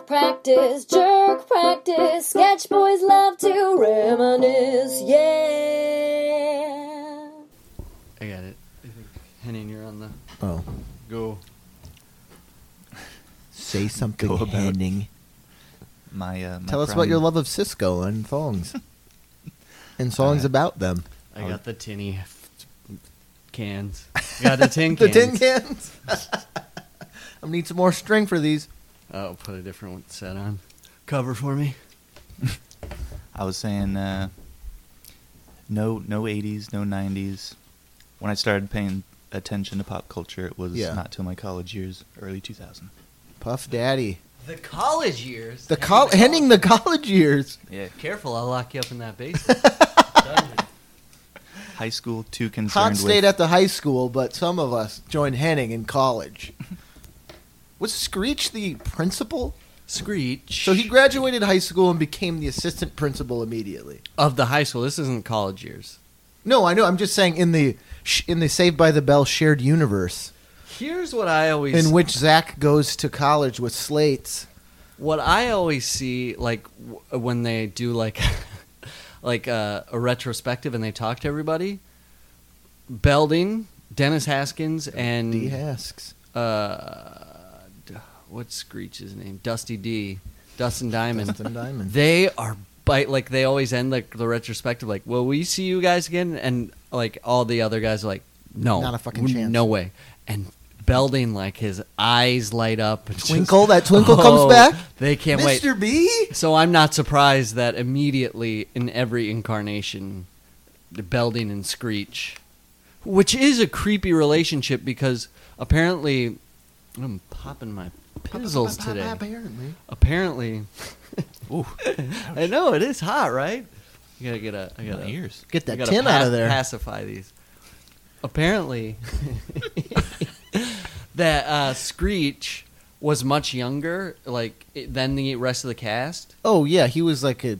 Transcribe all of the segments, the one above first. practice, jerk practice. Sketch boys love to reminisce. Yeah. I got it. I think Henning, you're on the Oh, go. say something, Go about- Henning. My, uh, my Tell us about prime- your love of Cisco and thongs, and songs Uh, about them. I Oh. got the tinny f- cans. Got the tin the cans. tin cans. I need some more string for these. Oh, put a different one- set on. Cover for me. I was saying uh, no no 80s, no 90s. When I started paying attention to pop culture, it was Yeah. not till my college years, early 2000. Puff Daddy, The college years. the col- ending the college years. Yeah. Careful, I'll lock you up in that basement. High school, too concerned Hot stayed with at the high school, but some of us joined Henning in college. Was Screech the principal? Screech. So he graduated high school and became the assistant principal immediately. of the high school. This isn't college years. No, I know. I'm just saying in the sh- in the Saved by the Bell shared universe Here's what I always in which Zach goes to college with slates. what I always see, like w- when they do like like uh, a retrospective and they talk to everybody, Belding, Dennis Haskins, and D asks. uh, d- what's Screech's name? Dusty D, Dustin Diamond. Dustin Diamond. They are bite like they always end like the retrospective like, "Will we see you guys again?" And like all the other guys are like, "No, Not a fucking w- chance." no way." And Belding like his eyes light up. and just- Oh, Twinkle, that twinkle comes back? They can't wait. Mr. B. So I'm not surprised that immediately in every incarnation, the Belding and Screech, which is a creepy relationship because apparently, I'm popping my pizzles today. Apparently. Apparently, I know it is hot, right? You gotta get a. I gotta my ears. Get I that gotta tin out pa- of there. Pacify these. Apparently, that uh, Screech was much younger, like than the rest of the cast. Oh yeah, he was like a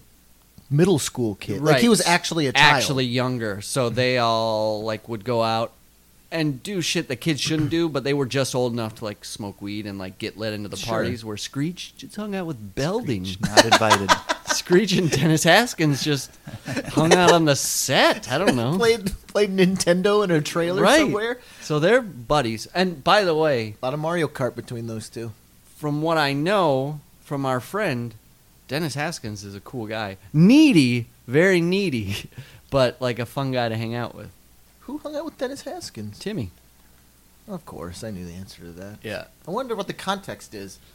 middle school kid. Like he was actually a child. actually younger. So they all like would go out and do shit that kids shouldn't do, but they were just old enough to like smoke weed and like get let into the Sure. parties where Screech just hung out with Belding. Screech, not invited. and Dennis Haskins just hung out on the set. I don't know. played played Nintendo in a trailer Right. somewhere. So they're buddies. And by the way, A lot of Mario Kart between those two. from what I know from our friend, Dennis Haskins is a cool guy. Needy, very needy, but like a fun guy to hang out with. Who hung out with Dennis Haskins? Timmy. Of course, I knew the answer to that. Yeah. I wonder what the context is.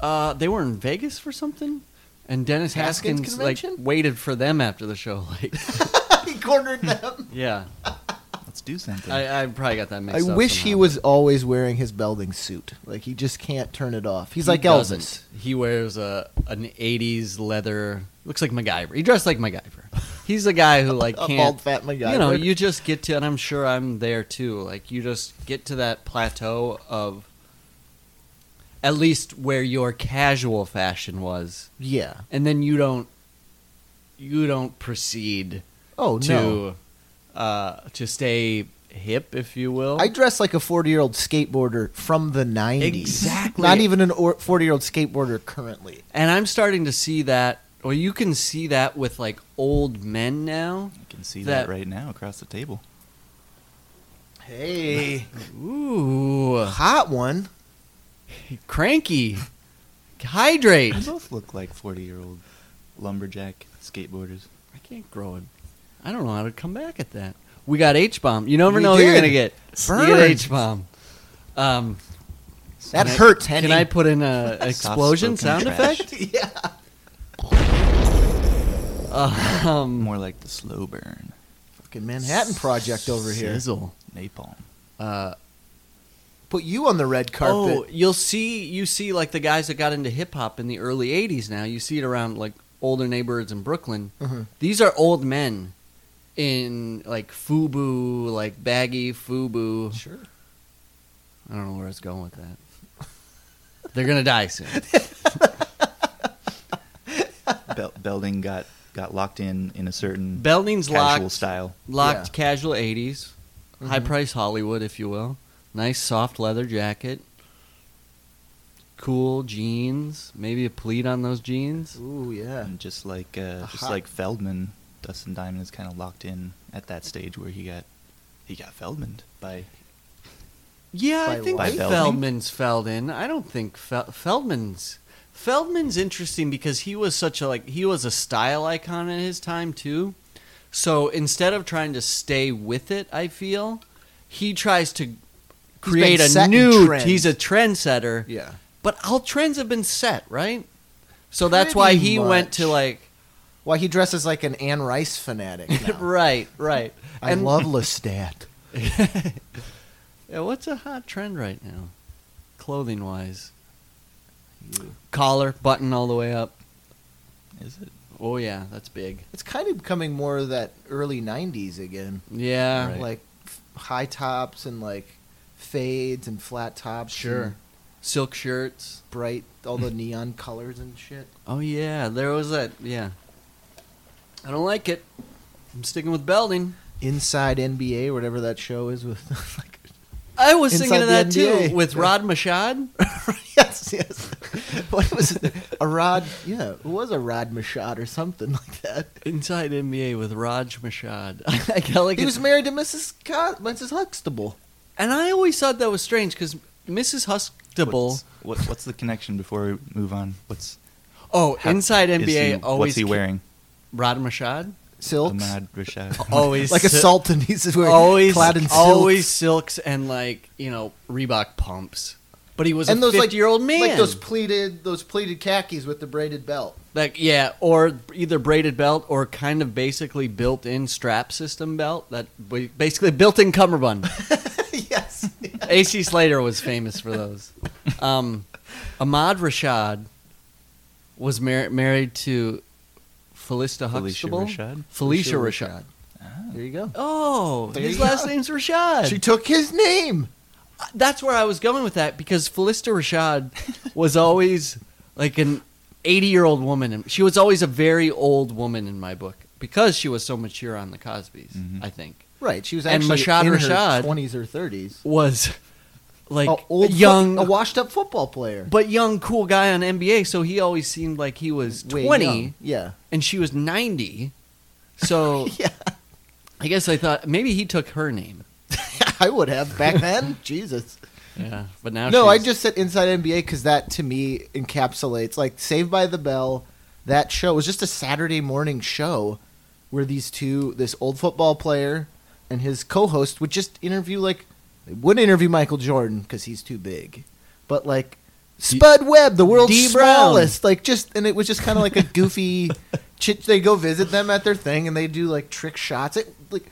Uh, they were in Vegas for something, and Dennis Haskins Haskins, like convention? waited for them after the show. Like, he cornered Hmm. them. yeah, Let's do something. I, I probably got that I mixed up. wish he somehow. was always wearing his belding suit. Like he just can't turn it off. He's He like doesn't. Elvis. He wears a an '80s leather. Looks like MacGyver. He dressed like MacGyver. He's a guy who like A can't. bald fat MacGyver. You know, you just get to, and I'm sure I'm there too. Like, you just get to that plateau of at least where your casual fashion was, Yeah. and then you don't you don't proceed Oh to no. uh, to stay hip, if you will. I dress like a 40 year old skateboarder from the 90s. Exactly. Not even an 40 year old skateboarder currently. and I'm starting to see that, or you can see that with like old men now. You can see That- that right now across the table. Hey. Ooh, Hot one. cranky. Hydrate. They both look like 40 year old lumberjack skateboarders. I can't grow it. I don't know how to come back at that. We got H bomb. You never We know who you're did. gonna get. You Burned. get H bomb. Um, That Can I- hurts, Henny. can I put in a explosion sound Soft-spoken trash. effect? yeah. Um, More like the slow burn. Fucking Manhattan Project over here. Sizzle. Napalm. Uh, Put you on the red Oh, carpet. you'll see you see like the guys that got into hip hop in the early '80s. Now you see it around like older neighborhoods in Brooklyn. Mhm. These are old men in like FUBU, like baggy FUBU. Sure. I don't know where it's going with that. They're gonna die soon. Bel- Belding got, got locked in in a certain Belding's casual locked, style. locked Yeah. casual '80s, Mm-hmm. high price Hollywood, if you will. Nice soft leather jacket. cool jeans, maybe a pleat on those jeans. Ooh, yeah. And just like uh, just Aha. like Feldman, Dustin Diamond is kind of locked in at that stage where he got he got Feldman by Yeah, I By think By Feldman? Feldman's Feldman. I don't think Fel- Feldman's Feldman's interesting because he was such a like he was a style icon in his time too. So instead of trying to stay with it, I feel he tries to create a setting new. trends. He's a trendsetter. Yeah. But all trends have been set, right? So that's why Pretty he went to much. like Why he dresses like an Anne Rice fanatic now. right, right. I And- love Lestat. Yeah, what's a hot trend right now, clothing wise? Collar button all the way up. is it Oh yeah, that's big. It's kind of becoming more of that early 90s again. Yeah, Right. Like f- high tops and like fades and flat tops. Sure. and silk shirts. Bright, all the neon colors and shit. Oh yeah, there was that. Yeah, I don't like it. I'm sticking with Belding. Inside NBA, whatever that show is with. like, I was thinking Inside of that the NBA. too with Yeah. Rod Mashad. yes, yes. What was it? A Rod? Yeah, it was a Rod Machad or something like that. Inside NBA with Rod Mashad. I got like He it- was married to Mrs. Co- Mrs. Huxtable. and I always thought that was strange because Mrs. Huxtable. what's, what, what's the connection before we move on? What's Oh, how- inside is NBA he- always What's he ca- wearing? Rod Mashad. Silks. Ahmad Rashad. Always Like a si- sultan. He's wearing always clad in silks. always silks and like you know Reebok pumps. But he was And a those like fifty-year-old man. like those pleated, those pleated khakis with the braided belt. Like yeah, or either braided belt or kind of basically built-in strap system belt that ba- basically built-in cummerbund. yes. AC Slater was famous for those. Um, Ahmad Rashad was mar- married to Felista Felicia Huxtable. Rashad? Felicia Rashad. There you go. Oh, There his you last go. name's Rashad. She took his name. that's where I was going with that because Felista Rashad was always like an 80 year old woman. and She was always a very old woman in my book because she was so mature on the Cosbys, Mm-hmm. Mhm. I think. Right. She was And actually Mashad in her Rashad. twenties or thirties. Was like a old, fo- young, a washed-up football player. but young, cool guy on NBA. So he always seemed like he was Way 20 young. Yeah. and she was 90. So Yeah. I guess I thought maybe he took her name. I would have back then. Jesus. Yeah. But now No, I she's- just said Inside NBA because that to me encapsulates like Saved by the Bell. That show was just a Saturday morning show where these two, this old football player and his co-host, would just interview like they would interview Michael Jordan because he's too big, but like Spud Webb, the world's D. Brown. smallest, like just and it was just kind of like a goofy. chit they go visit them at their thing and they do like trick shots. It like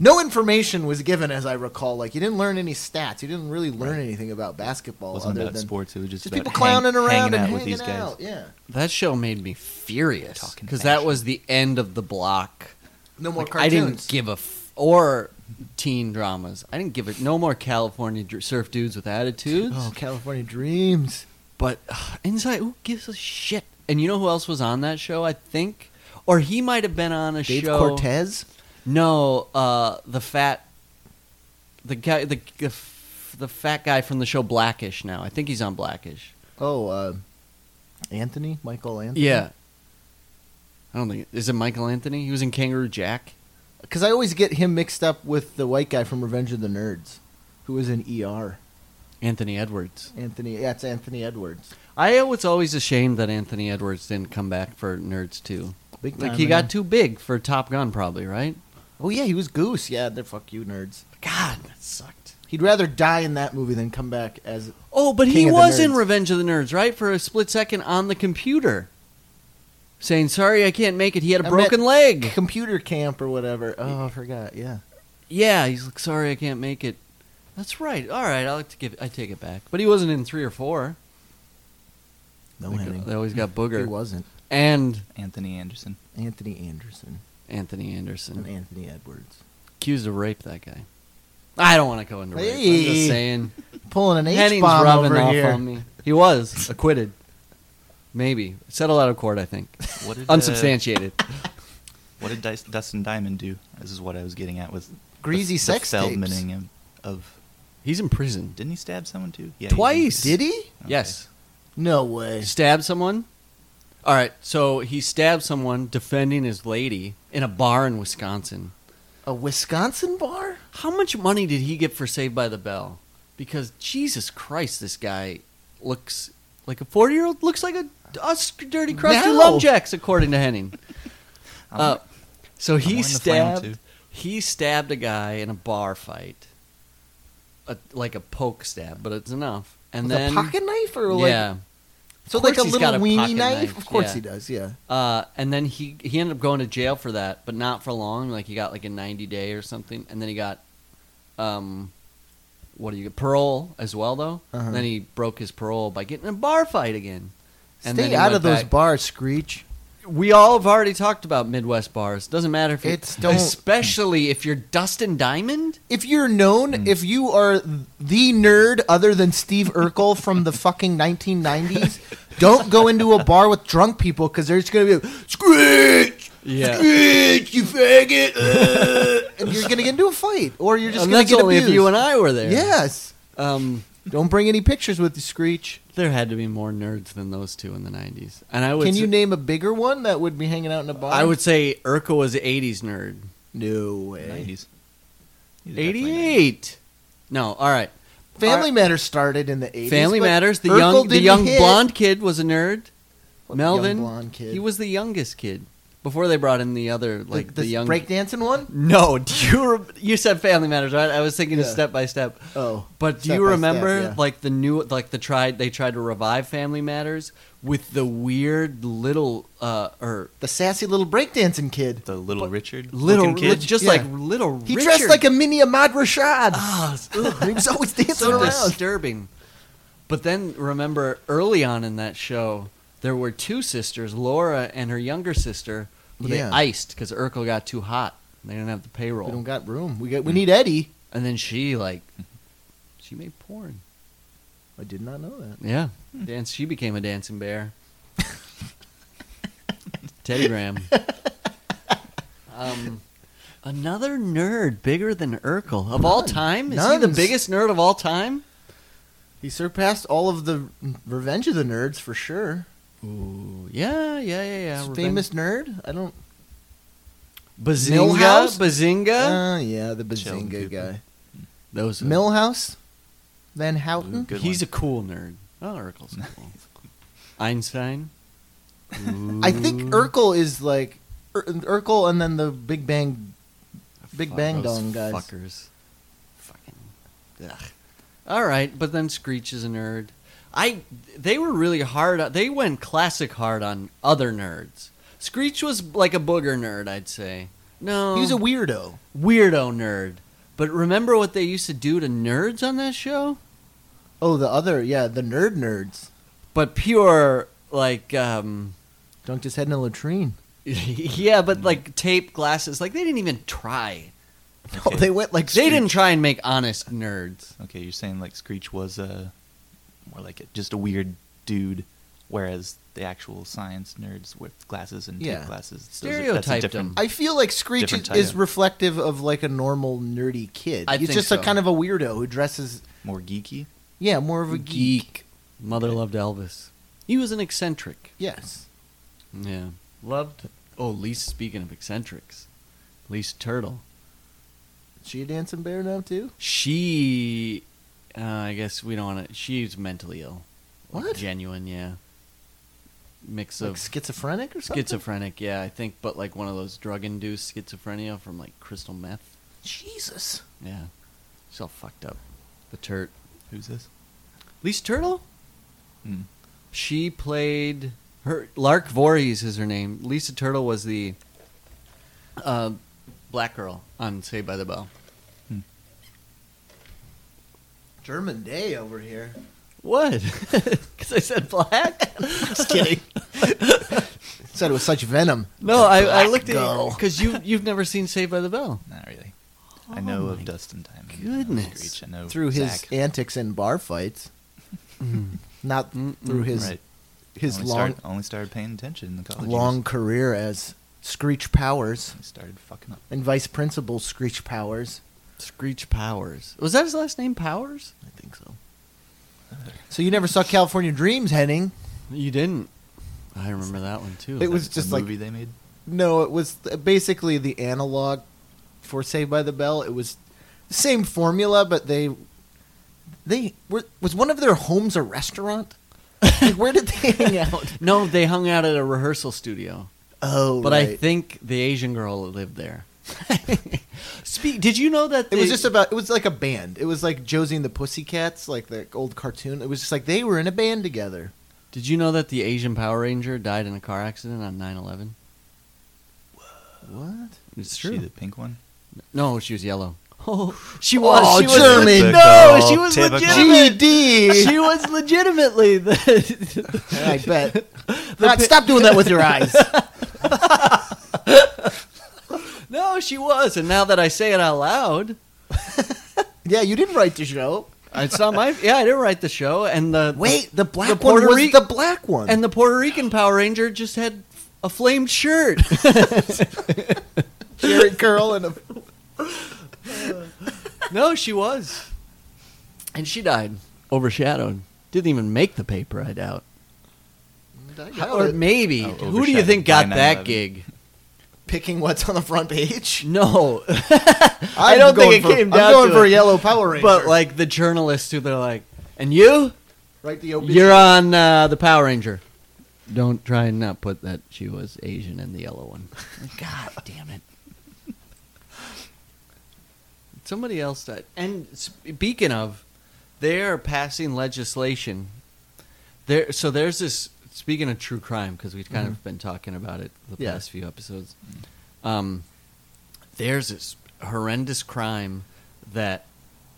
no information was given, as I recall. Like you didn't learn any stats. You didn't really learn anything about basketball wasn't other about than sports. It was just, just about people hang- clowning around and hanging out hanging with these guys. out. Yeah, that show made me furious Talking because that fashion. was the end of the block. no more Like, I cartoons. didn't give a f- or teen dramas. I didn't give it. No more California dr- surf dudes with attitudes. Oh, California Dreams. But ugh, inside, who gives a shit? And you know who else was on that show? I think, or he might have been on a Dave show. Cortez. No, uh, the fat, the guy, the the f- the fat guy from the show Blackish. Now I think he's on Blackish. Oh, uh, Anthony Michael Anthony. Yeah. I don't think is it Michael Anthony. He was in Kangaroo Jack. because I always get him mixed up with the white guy from Revenge of the Nerds, who was in ER. Anthony Edwards. Anthony, yeah, it's Anthony Edwards. I was always ashamed that Anthony Edwards didn't come back for Nerds 2. Big Like, time, he man. got too big for Top Gun, probably, right? Oh yeah, he was Goose. Yeah, they're fuck you nerds. God, that sucked. He'd rather die in that movie than come back as Oh, but King he of the was in Nerds. Revenge of the Nerds, right? For a split second on the computer. Saying, sorry, I can't make it. He had a I broken meant- leg. computer camp or whatever. Oh, I forgot. Yeah, Yeah, he's like, sorry, I can't make it. That's right. All right, I'll have to give. I take it back. But he wasn't in three or four. no they, Henning. they always got He Booger wasn't and Anthony Anderson. Anthony Anderson Anthony and Anderson Anthony Edwards accused of rape. That guy. I don't want to go into rape. I'm just Hey. saying. pulling an H Henning's bomb rubbing over off here. on me. He was acquitted. Maybe settled out of court. I think What did, uh, unsubstantiated. what did Dis- Dustin Diamond do? This is what I was getting at with the- Greasy the sex tapes. Feldmaning of, of. He's in prison Didn't he stab someone too? Yeah, he did. twice. Did he? Okay. Yes. No way. Stab someone? All right, so he stabbed someone defending his lady in a bar in Wisconsin. A Wisconsin bar? How much money did he get for Saved by the Bell? Because Jesus Christ, this guy looks like a forty-year-old. Looks like a, a dirty, crusty No. lumberjacks, according to Henning. I'm- Uh, so I'm he in the final stabbed. two. He stabbed a guy in a bar fight, a, like a poke stab, but it's enough. And With then a pocket knife or like yeah, so Of like a course he's little got a weenie pocket knife? knife, Of course yeah. he does. Yeah. Uh, and then he he ended up going to jail for that, but not for long. Like he got like a ninety day or something, and then he got, um, what do you get parole as well though? Uh-huh. And then he broke his parole by getting in a bar fight again. And then Stay he out went of those back- bars, Screech. We all have already talked about Midwest bars. Doesn't matter if you- It's- don't- especially if you're Dustin Diamond. If you're known, Hmm. if you are the nerd other than Steve Urkel from the fucking 1990s, don't go into a bar with drunk people because they're just gonna be like, Screech, Yeah. Screech, you faggot, uh," and you're gonna get into a fight, or you're just and gonna that's get only abused. if you and I were there. Yes. Um, Don't bring any pictures with you, Screech. there had to be more nerds than those two in the '90s. And I would. Can say, you name a bigger one that would be hanging out in a bar? Oh, I would say Urkel was an '80s nerd. No way. 90s. He's definitely 88. No, all right. Family All Matters started in the 80s. Family but Matters. The Urkel young, the didn't young hit. blonde kid was a nerd. Well, the young Melvin, blonde kid. he was the youngest kid before they brought in the other, like the, the, young. breakdancing one. no, do you re- you said Family Matters, right? I was thinking of Yeah. step by step. Oh, But do Step you by remember Step, yeah. like the new like the tried they tried to revive Family Matters with the weird little uh or the sassy little breakdancing kid. The little Richard. little looking kid. just Yeah. like little He Richard. dressed like a mini Ahmad Rashad. Ah, he was always dancing so around. disturbing. But then remember early on in that show, there were two sisters, Laura and her younger sister, who Yeah. they iced because Urkel got too hot. They didn't have the payroll, We don't got room. We got. We need Eddie. and then she like she made porn. I did not know that. Yeah, dance. She became a dancing bear. Teddy Graham. Um, another nerd bigger than Urkel of all None. time. Is he the None's- biggest nerd of all time? He surpassed all of the Revenge of the Nerds for sure. Ooh, yeah, yeah, yeah, yeah. Revenge- Famous nerd. I don't. Bazinga, Milhouse? Bazinga. Uh, yeah, the Sheldon Bazinga Cooper. guy. Those are- Millhouse, Van Houten. Good he's one. a cool nerd. Oh, Urkel's cool. Einstein. I think Urkel is like Ur- Urkel, and then the Big Bang, Big Fuck Bang those Dong guys. Fuckers. Fucking. Ugh. All right, but then Screech is a nerd. I. They were really hard. They went classic hard on other nerds. Screech was like a booger nerd, I'd say. No, He was a weirdo. weirdo nerd. But remember what they used to do to nerds on that show? Oh, the other, yeah, the nerd nerds But pure like um, dunked his head in a latrine. yeah, but Mm-hmm. like tape glasses, like they didn't even try. No, they went like They didn't Screech. try and make honest nerds. Okay, you're saying like Screech was a more like a, just a weird dude, whereas the actual science nerds with glasses and Yeah. tape glasses those are- that's a Stereotyped different- I feel like Screech Different is, type. is reflective of like a normal nerdy kid. I He's think just so. a kind of a weirdo who dresses, more geeky. yeah, more of a geek. Mother loved Elvis. He was an eccentric. Yes, Yeah, loved. Oh, least speaking of eccentrics, least turtle. Is she a dancing bear now too. She, uh, I guess we don't want to. She's mentally ill. Like, What? Genuine, yeah. Mix Like of schizophrenic or something. schizophrenic, yeah, I think, but like one of those drug-induced schizophrenia from like crystal meth. Jesus. Yeah, she's all fucked up. The turt. Who's this? Lisa Turtle? Mm. Hmm. She played her Lark Voorhees is her name. Lisa Turtle was the uh, black girl on Saved by the Bell. German Day over here. What? Because I said black. Just kidding. Said it was such venom. no, I, I Black looked at girl. because you you've never seen Saved by the Bell. Not really. I know of Dustin Diamond. I know of goodness. Screech. I know Oh through his Zach. Mm-hmm. antics in bar fights, not Mm-mm. through his right. his only long started, only started paying attention in the college. long years. career as Screech Powers He started fucking up. and Vice Principal Screech Powers. Screech Powers was that his last name? Powers. I think so. I So you never saw California Dreams, Henning? You didn't. I remember that one too. It was It's just a like movie they made. no, it was basically the analog for Saved by the Bell. It was the same formula, but they they were was one of their homes a restaurant? like, where did they hang out? no, they hung out at a rehearsal studio. Oh, But I right. think the Asian girl lived there. Speak. Did you know that It was the- just about. It was like a band. It was like Josie and the Pussycats, like the old cartoon. It was just like they were in a band together. Did you know that the Asian Power Ranger died in a car accident on 9/11? What? It's She the pink one. No, she was yellegit Oh, she was. Oh, she was German. No, she was Typical. legitimate. GD. She was legitimately the. I bet. The Rod, pi- stop doing that with your eyes. no, she was. And now that I say it out loud, yeah, you didn't write the show. it's not my. Yeah, I didn't write the show, and the Wait, the black The one Puerto was Ri- the black one. and the Puerto Rican Power Ranger just had a flamed shirt. Jerry Curl and a, no, she was, and she died overshadowed. Didn't even make the paper, I doubt. I doubt Or it. maybe. Oh, Who do you overshadowed think by got that 9/11. gig? picking what's on the front page. No, I'm don't think going it for- came I'm down going to for it. yellow Power Ranger. but like the journalists who they're like, and you, right Oh, the open. you're on uh, the Power Ranger. Don't try and not put that she was Asian and the yellow one. God damn it! Somebody else died. And speaking of, they are passing legislation. There, so there's this. Speaking of true crime, because we've kind of been talking about it the Yeah. past few episodes. Um, there's this horrendous crime that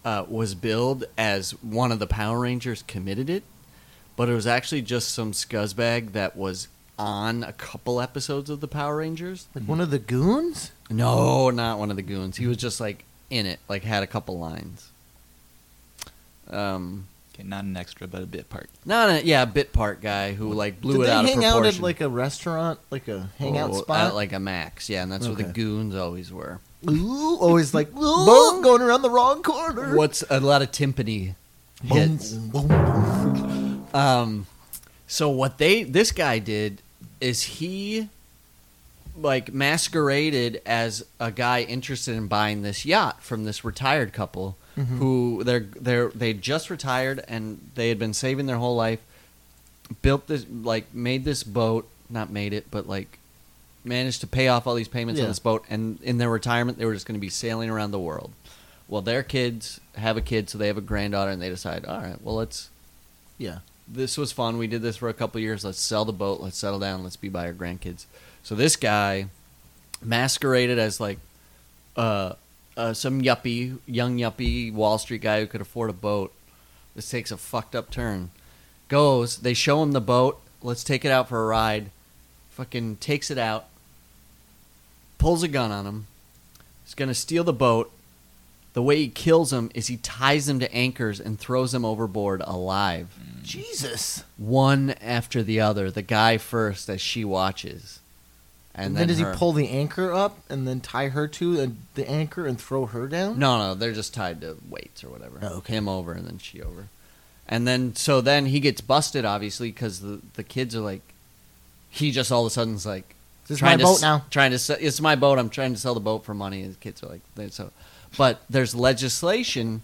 uh, was billed as one of the Power Rangers committed it, but it was actually just some scuzzbag that was on a couple episodes of the Power Rangers. like one of the goons. No, not one of the goons. He was just like in it, like had a couple lines. Um, Okay, not an extra, but a bit part. not a yeah, bit part guy who like blew Did it they out hang of proportion. out at like a restaurant, like a hangout Oh, spot? at like a max, yeah, and that's where the Okay. goons always were. Ooh, always like boom, going around the wrong corner. What's a lot of timpani Boom, hits? boom, boom. Um, so what they this guy did is he like masqueraded as a guy interested in buying this yacht from this retired couple Mm-hmm. who they're they're they just retired and they had been saving their whole life, built this like made this boat, not made it, but like managed to pay off all these payments Yeah. on this boat and in their retirement they were just going to be sailing around the world. Well, their kids have a kid, so they have a granddaughter, and they decide, all right, well, let's Yeah. this was fun. We did this for a couple years. Let's sell the boat. Let's settle down. Let's be by our grandkids. So this guy masqueraded as like uh, uh, some yuppie, young yuppie Wall Street guy who could afford a boat. This takes a fucked up turn. Goes. They show him the boat. Let's take it out for a ride. Fucking takes it out. Pulls a gun on him. He's gonna steal the boat. The way he kills him is he ties him to anchors and throws him overboard alive Jesus. one after the other. The guy first as she watches, and, And, then, does her. he pull the anchor up and then tie her to the, the anchor and throw her down? No, no, they're just tied to weights or whatever. Oh, okay. Him over and then she over, and then so then he gets busted obviously because the the kids are like, he just all of a sudden's like, This is trying my to boat s- now. Trying to se- it's my boat. I'm trying to sell the boat for money. And the kids are like they- so, but there's legislation.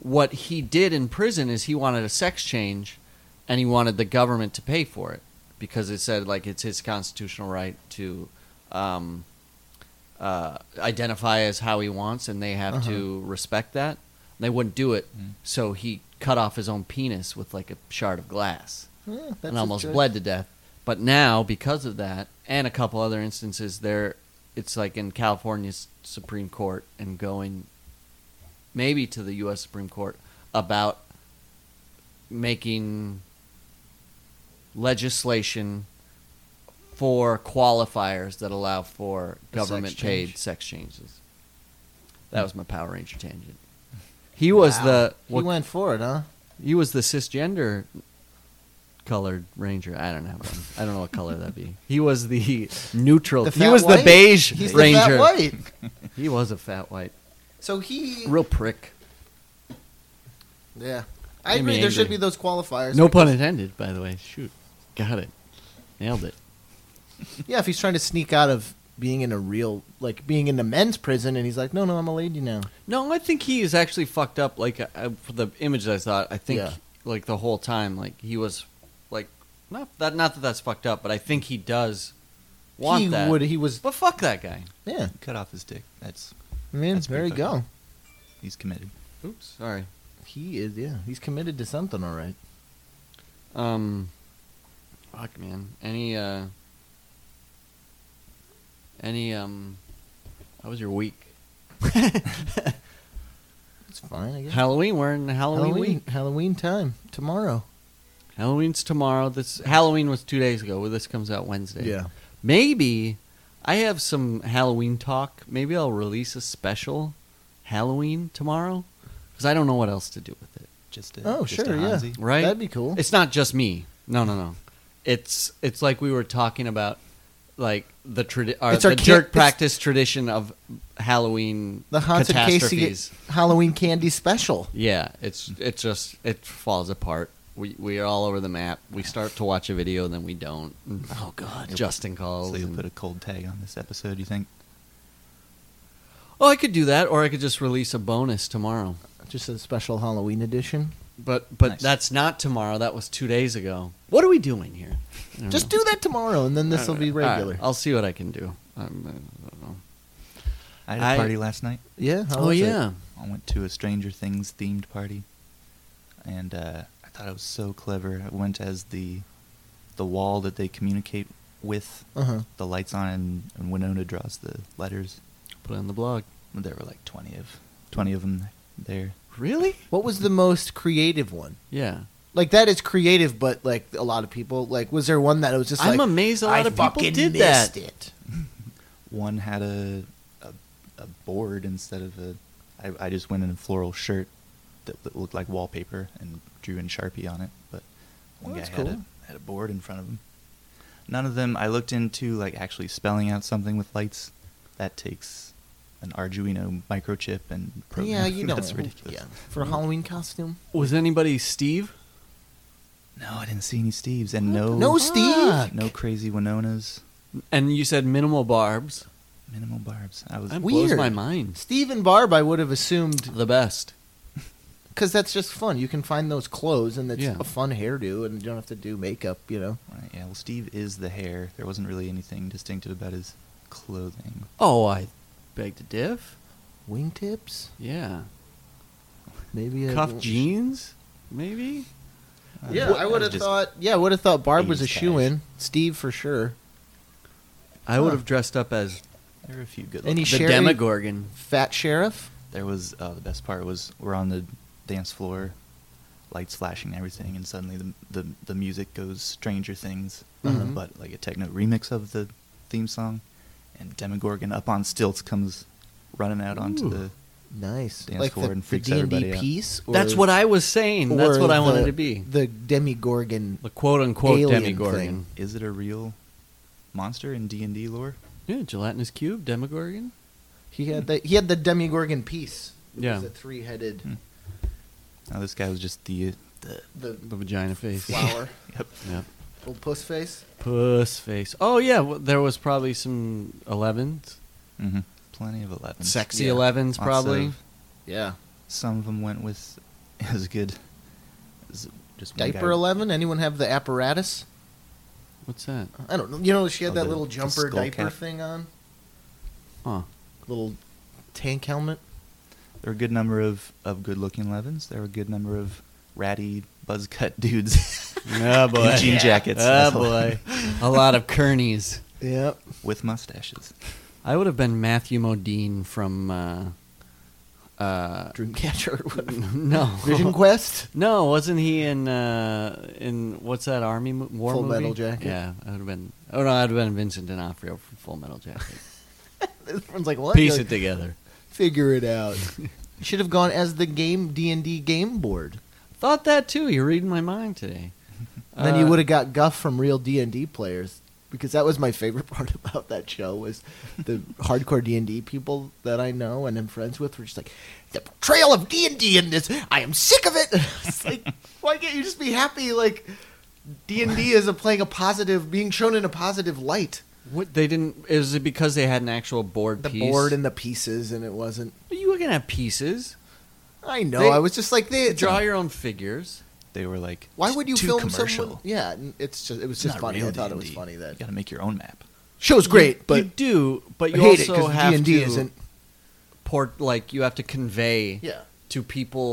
What he did in prison is he wanted a sex change, and he wanted the government to pay for it because it said like it's his constitutional right to. Um, uh, identify as how he wants, and they have to Uh-huh. respect that. They wouldn't do it, Mm-hmm. so he cut off his own penis with like a shard of glass Yeah, Hmm, that's and a almost joke. bled to death. But now, because of that, and a couple other instances, there, it's like in California's Supreme Court and going maybe to the U.S. Supreme Court about making legislation for qualifiers that allow for The sex government paid change. sex changes. That was my Power Ranger tangent. He was Wow. the He what- went for it, huh? he was the cisgender colored ranger. I don't know. I don't know what color that'd be. He was the neutral. The he fat was the white? beige He's ranger. The fat white. He was a fat white. So he. Real prick. Yeah. Made I me agree. There should angry. be those qualifiers. No pun intended, by the way. Shoot, got it, nailed it. Yeah, if he's trying to sneak out of being in a real, like being in a men's prison, and he's like, no, no, I'm a lady now. No, I think he is actually fucked up. Like uh, for the images I thought, I think Yeah. like the whole time, like he was like not that not that that's fucked up, but I think he does want he that. would. He was. But fuck that guy. Yeah. Cut off his dick. That's I mean, That's there you pretty go. he's committed. Oops, sorry. He is. Yeah, he's committed to something. All right. Um, fuck man. Any uh, any um, how was your week? It's fine. I guess. Halloween. We're in Halloween, week. Halloween. Halloween time tomorrow. Halloween's tomorrow. This Halloween was two days ago. Well, this comes out Wednesday. Maybe I have some Halloween talk. Maybe I'll release a special Halloween tomorrow because I don't know what else to do with it. Just a, Oh, just a sure, yeah. Hansi. Right? That'd be cool. It's not just me. No, no, no. It's it's like we were talking about like the tradi- or It's the our ca- jerk it's- practice tradition of Halloween the haunted Casey catastrophes. Halloween candy special. Yeah, it's it just it falls apart. We we are all over the map. We start to watch a video, then we don't. Oh God! Justin calls. So you'll and- put a cold tag on this episode, you think? oh, I could do that, or I could just release a bonus tomorrow. Just a special Halloween edition. But but Nice. that's not tomorrow. That was two days ago. What are we doing here? I don't Just know. do that tomorrow, and then this will be All right, regular. I'll see what I can do. I'm, I don't know. I had a I- party last night. yeah. how oh was it? yeah. I went to a Stranger Things themed party, and uh, I thought it was so clever. I went as the the wall that they communicate with, Uh-huh. the lights on, and, and Winona draws the letters. Put it on the blog. There were like twenty of twenty of them there. Really? What was the most creative one? Yeah. Like that is creative, but like a lot of people like. Was there one that was just? I'm like, amazed a lot I of people fucking did missed that. It. One had a a, a board instead of a. I, I just went in a floral shirt that, that looked like wallpaper and drew in Sharpie on it. But one Oh, guy that's had, cool. a, had a board in front of him. None of them. I looked into like actually spelling out something with lights. That takes an Arduino microchip and program. Yeah, you know. That's ridiculous. Yeah, for a Halloween costume. Was anybody Steve? No, I didn't see any Steves and Oh, no No, Steve. no crazy Winonas. And you said minimal barbs. Minimal barbs. I was That blows Weird. my mind. Steve and Barb, I would have assumed The best. because that's just fun. You can find those clothes, and it's Yeah. a fun hairdo, and you don't have to do makeup. You know. Right, yeah, well, Steve is the hair. There wasn't really anything distinctive about his clothing. Oh, I beg to diff. Wingtips, Yeah. maybe a Cuff jeans, maybe. Uh, Yeah, that- I that would was have just- thought. Yeah, I would have thought Barb was a 80s guys. shoe in. Steve for sure. I would have dressed up as There were a few good. Any Any the Sherry- Demogorgon. Fat sheriff. there was uh, the best part was we're on the dance floor, lights flashing and everything, and suddenly the the, the music goes Stranger Things, Mhm. but like a techno remix of the theme song, and Demogorgon up on stilts comes running out onto Ooh. the. Nice, Dance like floor the, and the freaks D and everybody D out. piece. Or, That's what I was saying. That's or what I wanted the- to be. The demigorgon. The quote unquote Alien Demogorgon. Is it a real monster in D and D lore? Yeah, gelatinous cube, Demogorgon. He had the he had the demigorgon piece. It Yeah. was a three headed Hmm. No, this guy was just the the the The vagina face. flower yep. Yep. old puss face. Puss face. Oh yeah, well, there was probably some 11s, hmm Plenty of eleven. sexy Yeah. 11s probably. Yeah, some of them went with it was good. It was just one diaper guy- eleven. Anyone have the apparatus? What's that? I don't know. You know she had Oh, that the- little the jumper skull diaper cap. thing on, Huh. little tank helmet. There were a good number of of good looking Levens. There were a good number of ratty buzz cut dudes Oh boy. in jean jackets. Oh that's all. boy. a lot of Kearneys. Yep. with mustaches. I would have been Matthew Modine from uh uh Dreamcatcher. or whatever. no. Vision Quest. No, wasn't he in uh, in what's that army mo- war Full movie? Metal Jacket. Yeah, I would have been. Oh no, I'd have been Vincent D'Onofrio from Full Metal Jacket. Everyone's like, what? Piece it You're like, together. Figure it out. Should have gone as the game D and D game board. Thought that too. You're reading my mind today. then you Uh, would have got guff from real D and D players. because that was my favorite part about that show was the hardcore D&D people that I know and am friends with were just like the portrayal of D&D in this I am sick of it. it's like why can't you just be happy like D&D is a playing a positive being shown in a positive light. What they didn't is it because they had an actual board The piece? board and the pieces and it wasn't you were gonna have pieces. I know. They- I was just like they Draw your own figures. They were like, Why "It's would you too film commercial. someone? Yeah, n- it's just it was It's just not funny. real I thought it was D&D. funny you that got to make your own map. show's You- great, but you do, but I you hate it also because have D&D to isn't. port like you have to convey Yeah, to people.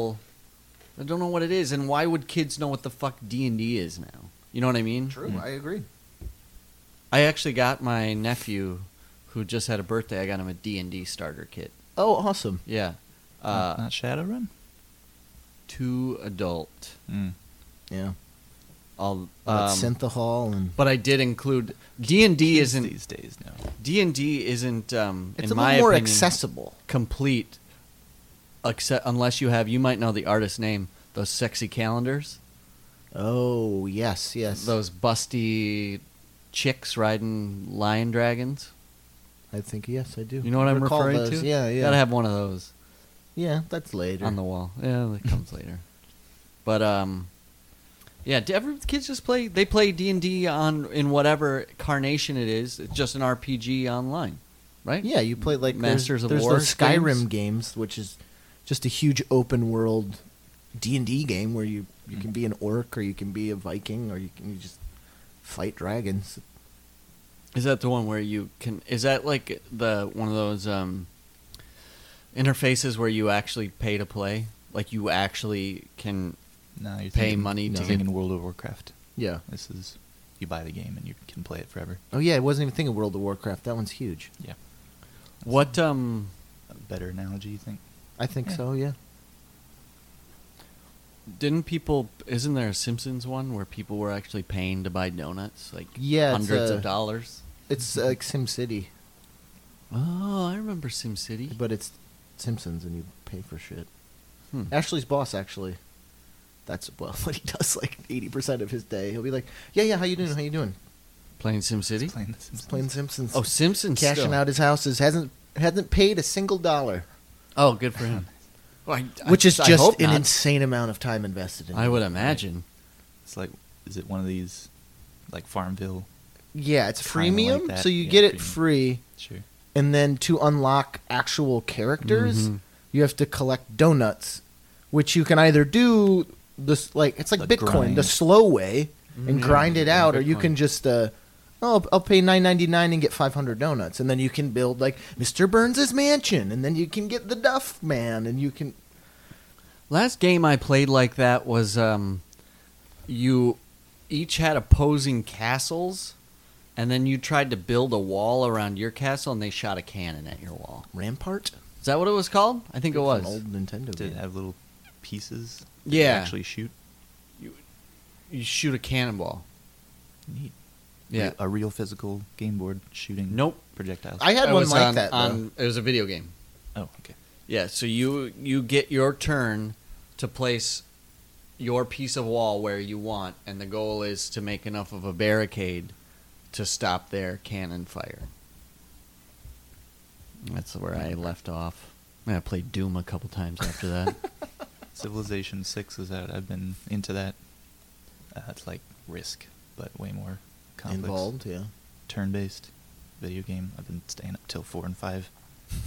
I don't know what it is, and why would kids know what the fuck D and D is now? You know what I mean? true. Mm. I agree. I actually got my nephew, who just had a birthday. I got him a D and D starter kit. Oh, awesome. Yeah, Not- uh, not Shadowrun. two adult. Mm. Yeah, All, um, um, synthahol and but I did include D and D Kids isn't these days no. D and D isn't um, it's a in little my more opinion, accessible. complete, except unless you have you might know the artist name those sexy calendars, Oh yes, yes. those busty chicks riding lion dragons. I think yes, I do. You know what I'm Recall referring those. to? Yeah, yeah. Gotta have one of those yeah, that's later. on the wall. Yeah, that comes later. But um, yeah. Do ever kids just play? They play D and D on in whatever carnation it is. It's just an RPG online, right? yeah, you play like there's- Masters of there's War those Skyrim games. which is just a huge open world D and D game where you you Hmm. can be an orc or you can be a Viking or you can you just fight dragons. Is that the one where you can? Is that like the one of those um, interfaces where you actually pay to play? Like you actually can No, you're Pay thinking, money you're to thinking get- World of Warcraft. Yeah. This is you buy the game and you can play it forever. Oh yeah, I wasn't even thinking World of Warcraft. That one's huge. Yeah, what um a better analogy, you think? I think Yeah. so. Yeah. didn't people isn't there a Simpsons one where people were actually paying to buy donuts like Yeah, it's hundreds a- of dollars? It's like SimCity, Oh, I remember SimCity. but it's Simpsons, and you pay for shit. Hmm. Ashley's boss actually. That's well, what he does like eighty percent of his day. He'll be like, "Yeah, yeah, how you doing? How you doing? Playing SimCity. Playing The Simpsons. Playing Simpsons. oh, Simpsons cashing still. out his houses. hasn't hasn't paid a single dollar, Oh, good for him. Well, I- I- which is I just hope an not. insane amount of time invested. in I it. would imagine. It's like, is it one of these, like Farmville? Yeah, it's Kinda like freemium, that. so you Yeah, get it freemium. free, Sure. and then to unlock actual characters, Mhm. you have to collect donuts, which you can either do this like it's like The Bitcoin, the grind. slow way, and Mm, grind it yeah, out, or you Bitcoin. can just uh, oh, I'll- I'll pay nine ninety nine and get five hundred donuts, and then you can build like Mister Burns's mansion, and then you can get the Duff Man, and you can Last game I played like that was um, you each had opposing castles, and then you tried to build a wall around your castle, and they shot a cannon at your wall. Rampart. Is that what it was called? I think it It's an was. old Nintendo. Did it Game. have little pieces? that Yeah. You actually shoot. You shoot a cannonball. Neat. Yeah. A real physical game board shooting. Nope. Projectiles. I had That one was like on- that. though. on- it was a video game. oh, okay. Yeah. So you you get your turn to place your piece of wall where you want, and the goal is to make enough of a barricade to stop their cannon fire. That's where I left off. I played Doom a couple times after that. Civilization Six is out. I've been into that. Uh, it's like Risk, but way more complex. involved, yeah. turn-based video game. I've been staying up till four and five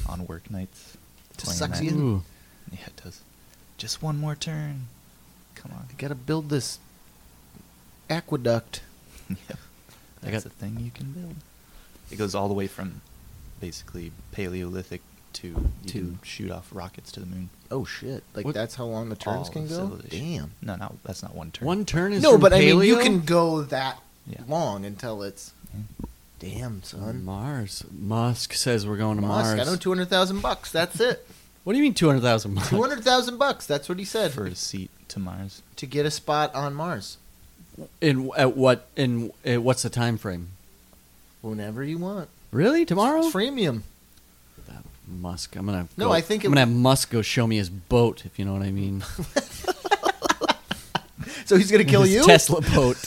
on work nights. Just playing sucks that. you in. Ooh. Yeah, it does. Just one more turn. Come on. I gotta build this aqueduct. yeah. I That's got- a thing you can build. It goes all the way from basically Paleolithic to you To- can shoot off rockets to the moon. Oh shit! Like What- that's how long the Oh, All turns of can go. civilization. Damn. No, not that's not one turn. One turn is No, from but I mean, you Paleo? can go that Yeah. long until it's Yeah. damn son. Mars. Musk says we're going to Musk, I Mm-hmm. Mars. know two hundred thousand bucks. That's it. what do you mean two hundred thousand miles? two hundred thousand bucks. That's what he said for a seat to Mars. to get a spot on Mars In at what in uh, what's the time frame? whenever you want. Really tomorrow? It's freemium. Musk. I'm gonna No, go- I think it I'm gonna w- have Musk go show me his boat, if you know what I mean. So he's gonna kill His you. Tesla boat.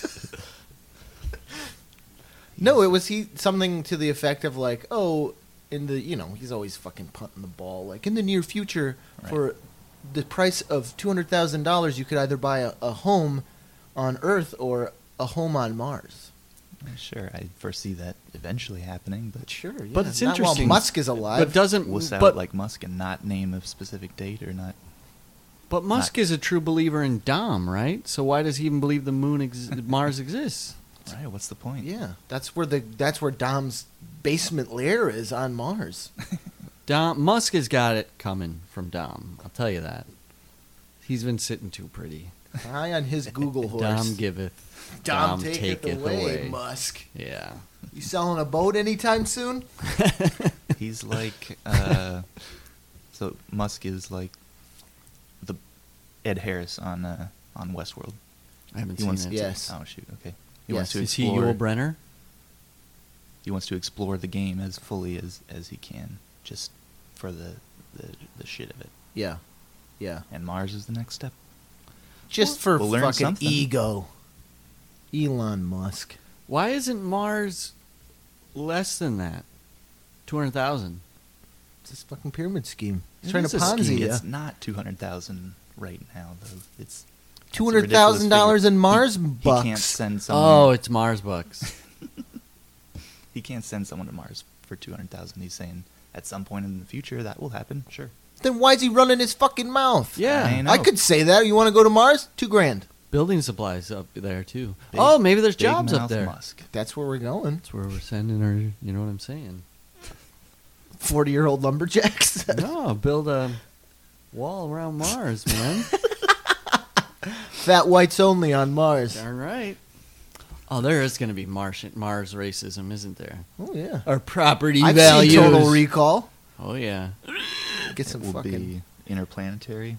No, it was he something to the effect of like, oh, in the you know he's always fucking punting the ball. Like in the near future, Right. for the price of two hundred thousand dollars, you could either buy a, a home on Earth or a home on Mars. Sure, I foresee that eventually happening, but Sure, yeah. But it's not interesting. While Musk is alive, But doesn't we'll sound but, like Musk and not name a specific date or not. but Musk is a true believer in Dom, right? So why does he even believe the moon ex- Mars exists? Right? What's the point? yeah, that's where the that's where Dom's basement lair is on Mars. Dom Musk has got it coming from Dom. I'll tell you that. He's been sitting too pretty. High on his Google horse. Dom giveth. Dom, take taketh it away, away. Musk. Yeah. You selling a boat anytime soon? He's like, uh, so Musk is like the Ed Harris on uh, on Westworld. I haven't He seen wants it. to. Yes. Oh shoot. Okay. He Yes. wants to Is he explore. Yul Brenner? he wants to explore the game as fully as as he can, just for the the, the shit of it. Yeah, yeah. And Mars is the next step. Just for We'll learn fucking something. ego. Elon Musk. Why isn't Mars less than that? 200,000. It's this fucking pyramid scheme. He's It trying is to a Ponzi scheme. you. It's not two hundred thousand right now though. It's Two hundred thousand dollars in Mars bucks. He can't send Oh, someone. it's Mars bucks. he can't send someone to Mars for two hundred thousand. He's saying at some point in the future that will happen. Sure. Then why is he running his fucking mouth? Yeah. I know. I could say that. You want to go to Mars? Two grand. Building supplies up there, too. Big- oh, maybe there's Big jobs up mouth there. Musk. That's where we're going. That's where we're sending our, you know what I'm saying? Forty-year-old lumberjacks. no, build a wall around Mars, man. Fat whites only on Mars. Darn right. Oh, there is going to be Martian, Mars racism, isn't there? Oh yeah. Or E property I've values. seen Total Recall. oh, yeah. Get It some will fucking. be interplanetary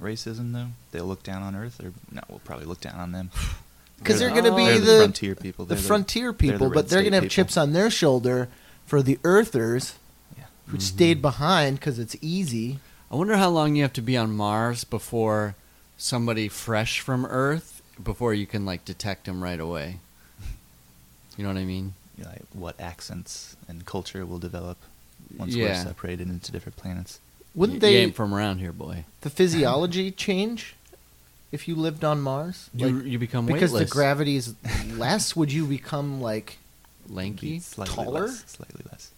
racism though. They'll look down on Earth, or no, we'll probably look down on them. 'Cause they're gonna be they're the- frontier people. the They're frontier they're the people, red but they're state gonna have people. chips on their shoulder for the Earthers, Yeah. who stayed behind because it's easy. I wonder how long you have to be on Mars before somebody fresh from Earth before you can like detect them right away. You know what I mean? you know, like, what accents and culture will develop once Yeah. we're separated into different planets. Wouldn't You- they? You ain't from around here, boy. the physiology change if you lived on Mars? You, Like, you become because weightless, the gravity is less, would you become like lanky. Be slightly Taller? less, slightly less.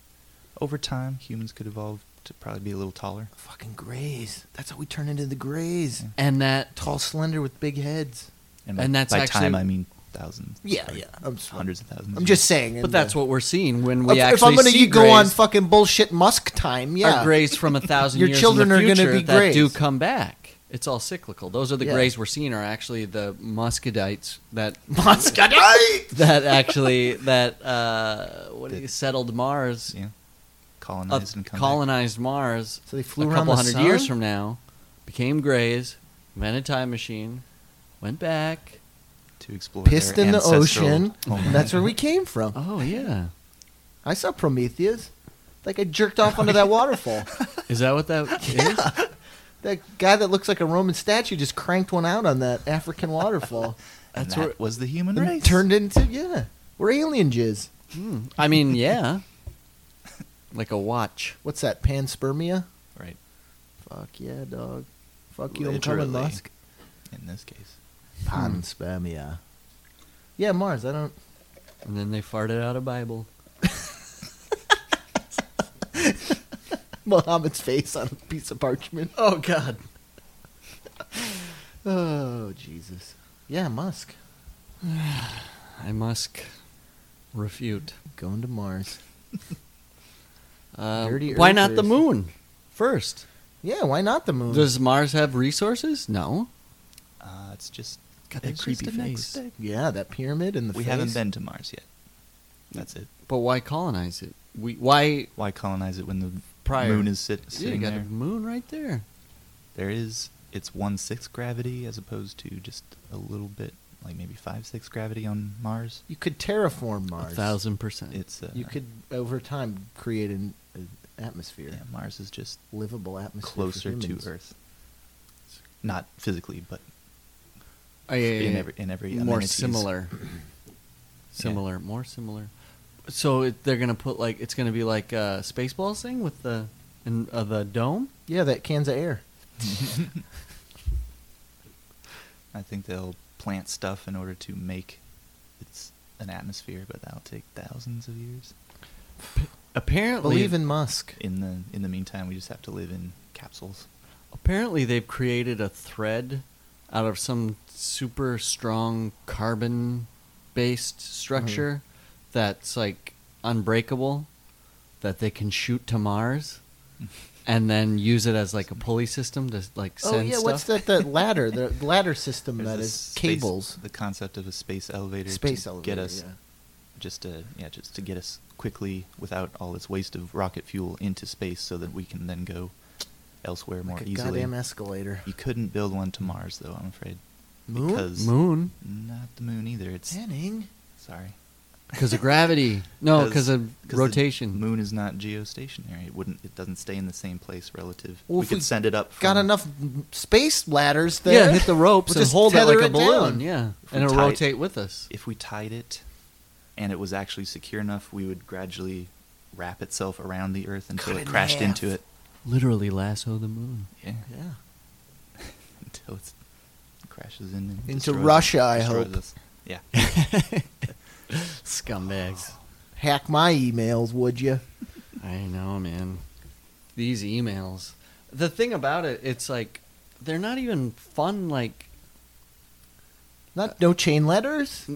Over time, humans could evolve to probably be a little taller. fucking grays? That's how we turn into the grays. And that Tall, slender, with big heads. by, And that's by actually- time I mean thousands, Yeah, yeah. I'm s- hundreds of thousands. I'm just saying. in but that's the- what we're seeing when If, we if actually I'm gonna see you go on grays- fucking bullshit Musk time, yeah. are grays from a thousand Your years children in are the gonna future be that grays. do come back. It's all cyclical. Those are the Yeah. grays we're seeing are actually the Muscadites that Musk, I- that actually that uh, what do you settled Mars. yeah, uh, colonized and come back. colonized Mars So they flew a around couple the hundred years sun? from now, became Greys, invented a time machine, went back. to explore. their pissed in the ancestral ocean. homeland. That's where we came from. Oh yeah, I saw Prometheus. Like I jerked off under that waterfall. is that what that is? That guy that looks like a Roman statue just cranked one out on that African waterfall. And That's that where- was the human And race. turned into yeah. We're alien jizz. Hmm. I mean, yeah, like a watch. What's that? Panspermia? right Fuck yeah, dog. Fuck you, I'm Literally. Hmm. coming, Musk. in this case. Panspermia. Yeah, Mars. I don't. And then they farted out a Bible. Muhammad's face on a piece of parchment. Oh God. Oh Jesus. Yeah, Musk I must refute. going to Mars. Uh, Dirty why not the earthers. moon first? Yeah, why not the moon? Does Mars have resources? No. Uh, it's just God, a that's creepy just the next face. step. yeah, that pyramid in the we face. haven't been to Mars yet. That's it. But why colonize it? We why Why colonize it when the Prior. moon is sit- Yeah, you sitting got there? a moon right there. There is it's one sixth gravity as opposed to just a little bit, like maybe five sixth gravity on Mars. You could terraform Mars. A thousand percent. It's uh, You could, over time, create an, an atmosphere, yeah, Mars is just livable atmosphere. for closer to humans. Earth, not physically, but Oh, yeah, yeah, in yeah. every in every more amenities. similar, similar, more similar. So it, they're gonna put like it's gonna be like a Spaceballs thing with the and uh, the dome. Yeah, that cans of air. I think they'll plant stuff in order to make it's an atmosphere, but that'll take thousands of years. Apparently, Believe in Musk. In the in the meantime, we just have to live in capsules. apparently they've created a thread out of some super strong carbon-based structure that's like unbreakable, that they can shoot to Mars, and then use it as like a pulley system to like send Oh yeah, stuff. what's that? That ladder, the ladder system There's that this is space- cables, the concept of a space elevator. to space elevator. Get us yeah. just to yeah, just to get us quickly without all this waste of rocket fuel into space, so that we can then go elsewhere more like a easily. goddamn escalator. You couldn't build one to Mars, though. I'm afraid. Moon? Because moon? Not the moon either. It's Tanning. sorry. Because of gravity? No, because of 'cause the rotation. moon is not geostationary. It wouldn't. It doesn't stay in the same place relative. Well, we if could we send it up. From, Got enough space ladders there. Yeah, hit the ropes We'll and just hold it tether like a it balloon. down. Yeah, If we and it'll tie it- rotate with us. If we tied it, and it was actually secure enough, we would gradually wrap itself around the Earth until Cut it it in crashed half. into it. Literally lasso the moon. Yeah. Yeah. Until it crashes in and Into destroys- Russia, I destroys hope. us. Yeah. Scumbags. Hack my emails, would you? I know, man. These emails. The thing about it, it's like they're not even fun. Like, Not no chain letters.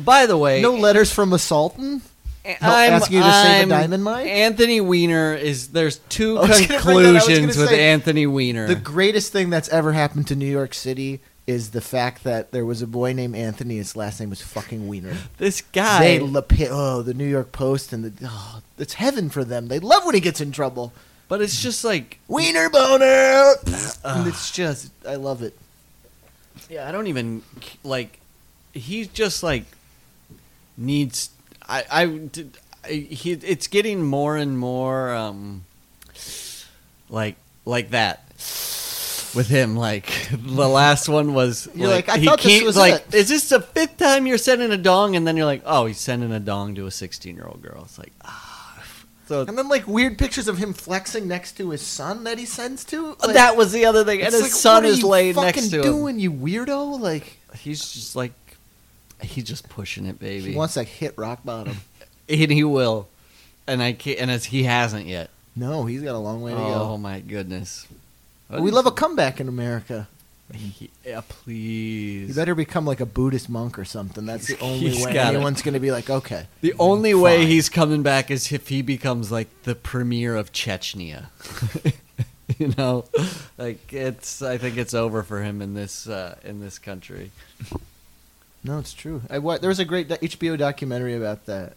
by the way, No letters from a sultan. I'm, ask you to save a I'm- diamond mine? Anthony Weiner is. There's two I was gonna bring that up. I was gonna conclusions with say, Anthony Weiner. The greatest thing that's ever happened to New York City is the fact that there was a boy named Anthony. His last name was fucking Wiener. this guy. They love oh the New York Post and the oh, it's heaven for them. They love when he gets in trouble. but it's just like Wiener boner. and it's just I love it. Yeah, I don't even like. He's just like needs. I I, did, I he. It's getting more and more um. Like like that. With him, like the last one was, You're like, I thought this was like, it. is this the fifth time you're sending a dong? And then you're like, oh, he's sending a dong to a 16 year old girl. It's like, ah, so And then like weird pictures of him flexing next to his son that he sends to. Like, Uh, that was the other thing. And it's his like, son what are is you laid fucking next to doing, you weirdo. Like him. He's just like, he's just pushing it, baby. he wants to hit rock bottom. and he will, and I can't, and as he hasn't yet. No, he's got a long way to Oh my goodness, go. Oh. We love a comeback in America. He- yeah, please. You better become like a Buddhist monk or something. That's the only He's way gotta- anyone's going to be like, okay. the only way Fine. he's coming back is if he becomes like the premier of Chechnya. you know, like it's. I think it's over for him in this uh, in this country. No, it's true. I, wa there was a great do- HBO documentary about that.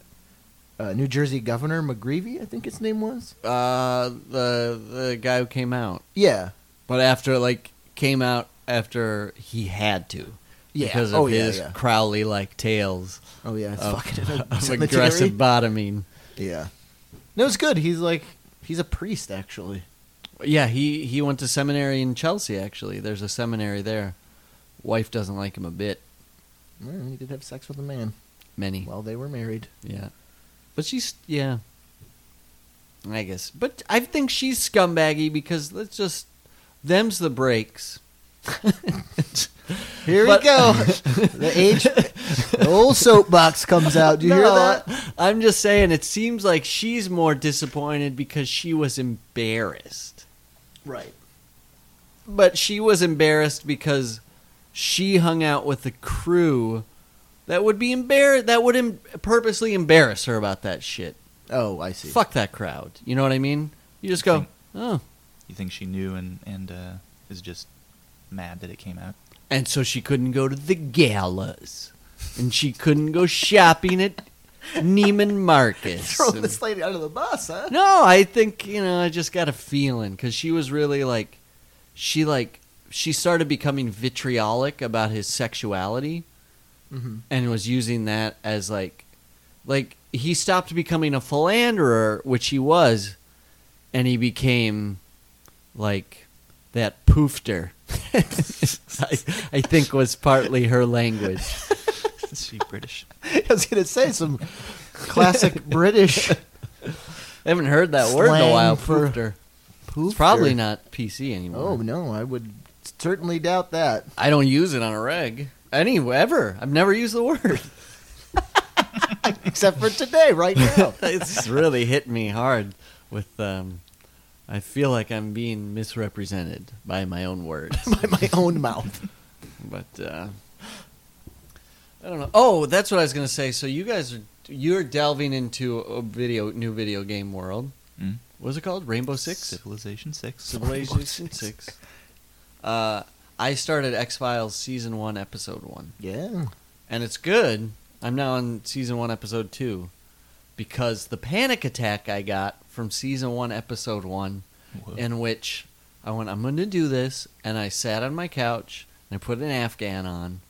Uh, New Jersey Governor McGreevey, I think his name was. Uh, the the guy who came out, Yeah, but after like came out after he had to. Yeah. Because of Oh, yeah, his yeah. Crowley like tales Oh yeah, it's of, fucking of cemetery. aggressive bottoming. Yeah, no, it's good. He's like he's a priest actually. Yeah, he he went to seminary in Chelsea. Actually, there's a seminary there. Wife doesn't like him a bit. Mm, he did have sex with a man Many, while they were married. yeah, but she's yeah. I guess, but I think she's scumbaggy because let's just them's the breaks. Here But- we go. the age, the old soapbox comes out. Do you hear No, that? I'm just saying, it seems like she's more disappointed because she was embarrassed. Right. but she was embarrassed because she hung out with the crew that would be embarrassed that would em- purposely embarrass her about that shit. Oh, I see. Fuck that crowd. You know what I mean? You just go, "Oh." You think she knew and and uh, is just mad that it came out? And so she couldn't go to the galas. And she couldn't go shopping at Neiman Marcus. Throw And- this lady under the bus, huh? No, I think you know. I just got a feeling because she was really like, she like she started becoming vitriolic about his sexuality, Mhm. and was using that as like, like he stopped becoming a philanderer, which he was, and he became like that poofter. I, I think was partly her language. She's British. I was gonna say some classic British. I haven't heard that word in a Slang while. for- Poofter. Poof It's probably or- not PC anymore. Oh no, I would certainly doubt that. I don't use it on a reg. Any ever. I've never used the word. Except for today, right now. it's really hit me hard with um I feel like I'm being misrepresented by my own words. by my own mouth. but uh I don't know. Oh, that's what I was going to say. So you guys are you're delving into a video new video game world. Mm. What's it called? Rainbow 6? Civilization six. Civilization 6. Uh I started X-Files season 1 episode 1. Yeah. and it's good. I'm now on season one, episode two, because the panic attack I got from season one, episode one, Whoa. in which I went, I'm going to do this, and I sat on my couch and I put an Afghan on,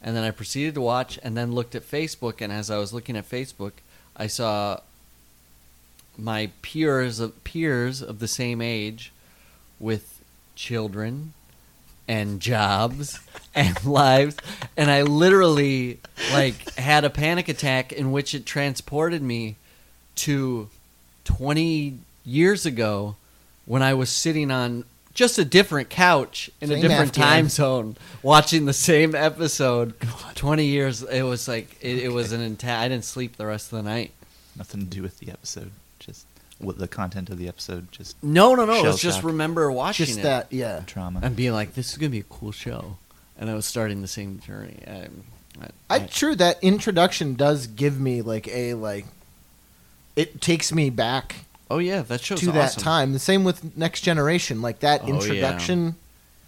and then I proceeded to watch, and then looked at Facebook, and as I was looking at Facebook, I saw my peers of peers of the same age with children and jobs and lives and i literally like had a panic attack in which it transported me to 20 years ago when i was sitting on just a different couch in a Same different afghan. time zone watching the same episode 20 years it was like it, it was an intense i didn't sleep the rest of the night Nothing to do with the episode. Just what the content of the episode. Just no no no it was Shell just shock. remember watching Just it. that. Yeah. trauma. and being like, "This is gonna be a cool show," and I was starting the same journey. Um, I, I I, true that introduction does give me like a like. It takes me back oh yeah, that show's to awesome. that time. The same with Next Generation. Like that Oh, yeah. Mm-hmm. introduction,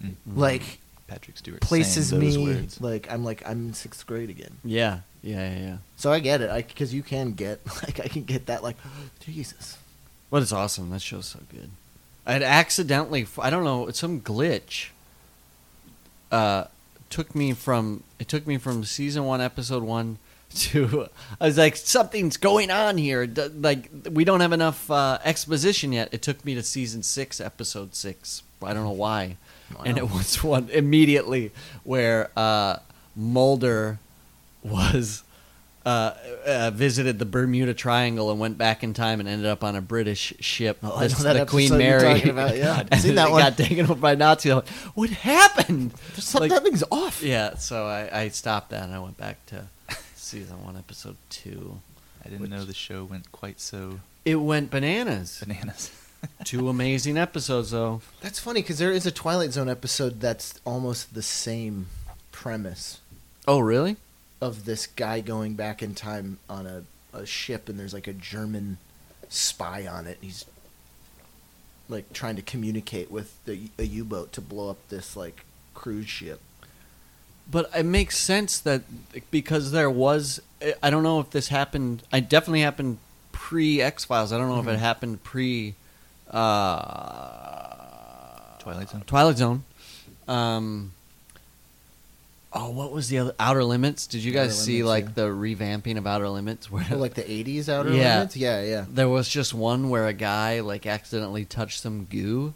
Mm. like Patrick Stewart places saying those me. words. Like I'm like I'm in sixth grade again. Yeah, yeah, yeah, yeah. So I get it. I because you can get like I can get that like Jesus. But it's awesome. That show's so good. I'd accidentally, I don't know, it's some glitch. Uh, took me from it took me from season one, episode one to I was like, something's going on here. D- Like we don't have enough uh, exposition yet. It took me to season six, episode six. I don't know why. And it was one immediately where uh, Mulder was uh, uh, visited the Bermuda Triangle and went back in time and ended up on a British ship. Oh, I That's know that the Queen episode you're Mary. talking about, yeah. And I've seen that it one. Got taken over by Nazis. I'm like, What happened? There's something Like- something's off. yeah, so I, I stopped that and I went back to season one, episode two. I didn't know the show went quite so It went bananas. bananas. Two amazing episodes, though. That's funny because there is a Twilight Zone episode that's almost the same premise Oh, really? of this guy going back in time on a, a ship, and there's like a German spy on it. And he's like trying to communicate with the, a U boat to blow up this like cruise ship. But it makes sense that because there was, I- I don't know if this happened. I definitely happened pre X Files. I don't know if Mm-hmm. it happened pre uh, Twilight Zone. Twilight Zone. Um, oh, what was the other Outer Limits? Did you guys Outer see Limits, like yeah. the revamping of Outer Limits? Where Or, like the 80s outer Yeah. limits? Yeah, yeah. there was just one where a guy like accidentally touched some goo,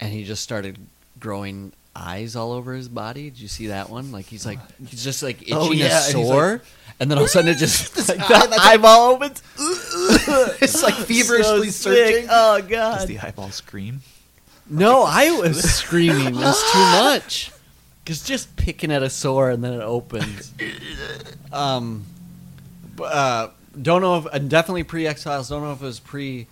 and he just started growing eyes all over his body. Did you see that one? Like he's like he's just like itching Oh, a yeah, and he's sore, and, then all of a sudden it just like the that's- eyeball opens. it's like feverishly So sick. searching. Oh Does god! the eyeball scream? No, I was screaming. It's too much. Cause just picking at a sore and then it opens. Um, b- uh, don't know if and definitely pre Exiles. Don't know if it was pre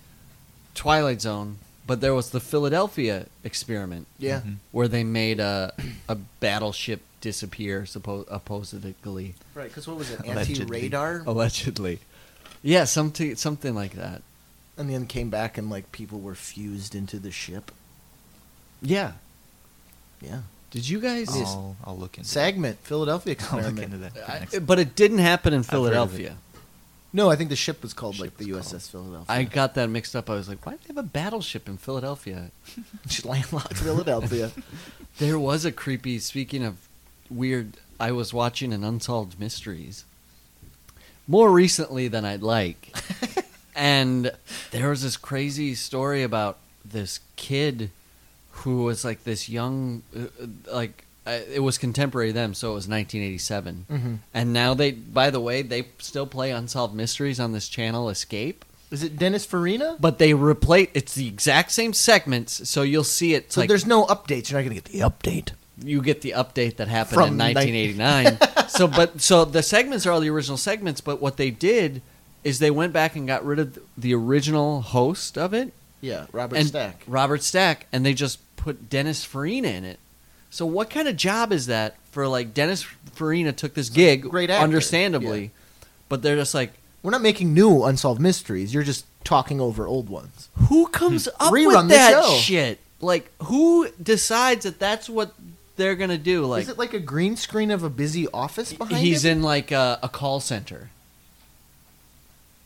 Twilight Zone, but there was the Philadelphia experiment yeah. where they made a a battleship disappear, suppo- supposedly, Right, because what was it? Anti Allegedly. radar? allegedly. Yeah, something something like that. And then came back and like people were fused into the ship. Yeah. Yeah. Did you guys? Yes. I'll, I'll look into. Segment, Philadelphia That. I'll look Oh, experiment. into that. for I- next- but it didn't happen in heard of it. Philadelphia. No, I think the ship was called like Ship the was called. USS Philadelphia. I got that mixed up. I was like, why do they have a battleship in Philadelphia? Just landlocked Philadelphia. There was a creepy, speaking of weird, I was watching an Unsolved Mysteries more recently than I'd like. and there was this crazy story about this kid who was like this young, uh, uh, like uh, it was contemporary them, so it was 1987. Mm. And now they, by the way, they still play Unsolved Mysteries on this channel, Escape. Is it Dennis Farina? But they replace it's the exact same segments, so you'll see it's So like there's no updates. You're not going to get the update. you get the update that happened From in 1989. so, but so the segments are all the original segments. But what they did is they went back and got rid of the original host of it, Yeah, Robert and Stack. Robert Stack, and they just put Dennis Farina in it. So, what kind of job is that for? Like Dennis Farina took this gig, great actor, understandably, but they're just like, We're not making new unsolved mysteries. You're just talking over old ones. who comes up Hmm. Rerun with the that show. shit? Like, who decides that that's what they're gonna do? Like, Is it like a green screen of a busy office behind he's him in like a, a call center.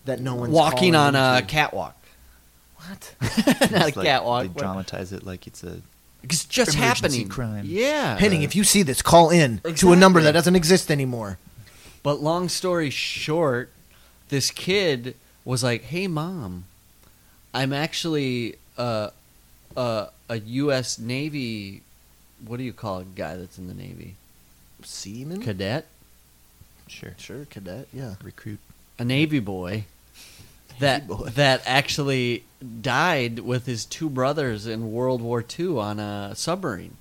that no one's walking calling on a into? catwalk. what? Not a It's like catwalk. They but- dramatize it like it's a It's just Emergency happening. crime. Yeah. Penning, if you see this, call in to a number that Exactly. doesn't exist anymore. But long story short, this kid was like, "Hey, mom, I'm actually uh, uh, a U.S. Navy. What do you call a guy that's in the Navy? Seaman? Cadet? sure sure, cadet, yeah. recruit. A Navy boy." That boy. that actually died with his two brothers in World War II on a submarine,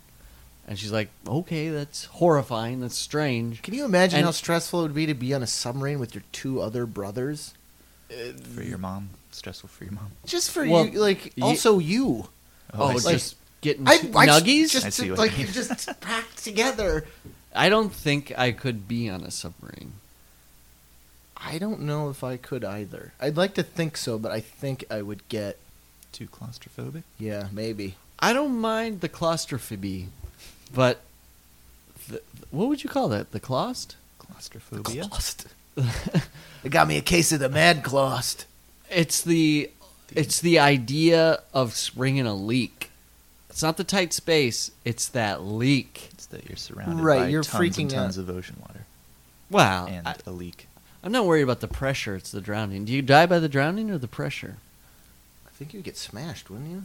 and she's like, "Okay, that's horrifying. That's strange." Can you imagine And- how stressful it would be to be on a submarine with your two other brothers? for Um, your mom. Stressful for your mom. Just for Well, you, like, ye- also you. Oh, I it's see. just getting I, two I nuggies. Just, I see what like, you mean. just packed together. I don't think I could be on a submarine. I don't know if I could either. I'd like to think so, but I think I would get, too claustrophobic. yeah, maybe. I don't mind the claustrophobia, but th what would you call that? The claust? Claustrophobia. Clost. it got me a case of the mad clost. It's the it's the idea of springing a leak. It's not the tight space. It's that leak. It's that you're surrounded Right, by you're tons and freaking tons out. Uh, of ocean water Wow. and I, a leak. I'm not worried about the pressure. It's the drowning. Do you die by the drowning or the pressure? I think you'd get smashed, wouldn't you?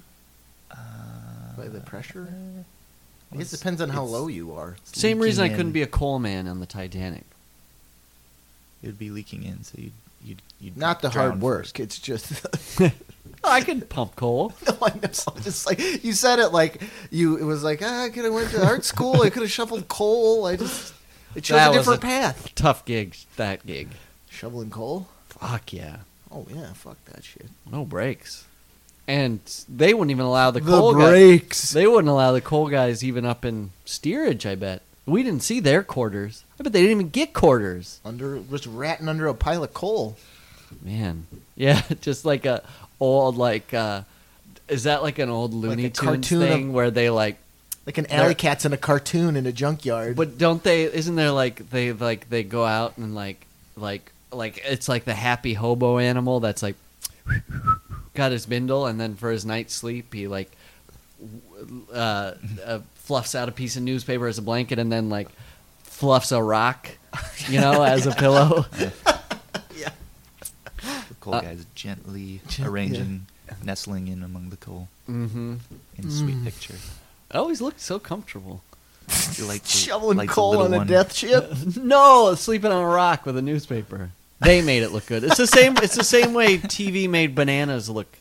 Uh, By the pressure? I well, guess it depends on how it's- low you are. it's Same reason I leaking couldn't in. be a coal man on the Titanic. It would be leaking in, so you'd you'd, you'd Not the drown hard work. first. It's just I could pump coal. no, I know. Just like you said it, like you, it was like ah, I could have went to art school. I could have shoveled coal. I just it chose That was a different a- path. Tough gig. That gig. Shoveling coal. Fuck yeah. Oh yeah, fuck that shit. No brakes. And they wouldn't even allow the, The coal brakes. Guys, they wouldn't allow the coal guys even up in steerage. I bet we didn't see their quarters. I bet they didn't even get quarters. Under just ratting under a pile of coal. Man, yeah, just like a old like. uh Is that like an old Looney a Tunes cartoon of- thing where they like? Like an alley They're- cat's in a cartoon in a junkyard. But don't they? Isn't there like they like they go out and like like like it's like the happy hobo animal that's like got his bindle and then for his night's sleep he like w- uh, uh, fluffs out a piece of newspaper as a blanket and then like fluffs a rock, you know, as a pillow. The coal Uh, guys gently arranging, nestling in among the coal hmm in Mm. sweet picture. I always looked so comfortable. You like the- shoveling like the coal little on a one. death ship. No, sleeping on a rock with a newspaper. They made it look good. It's the same. It's the same way TV made bananas look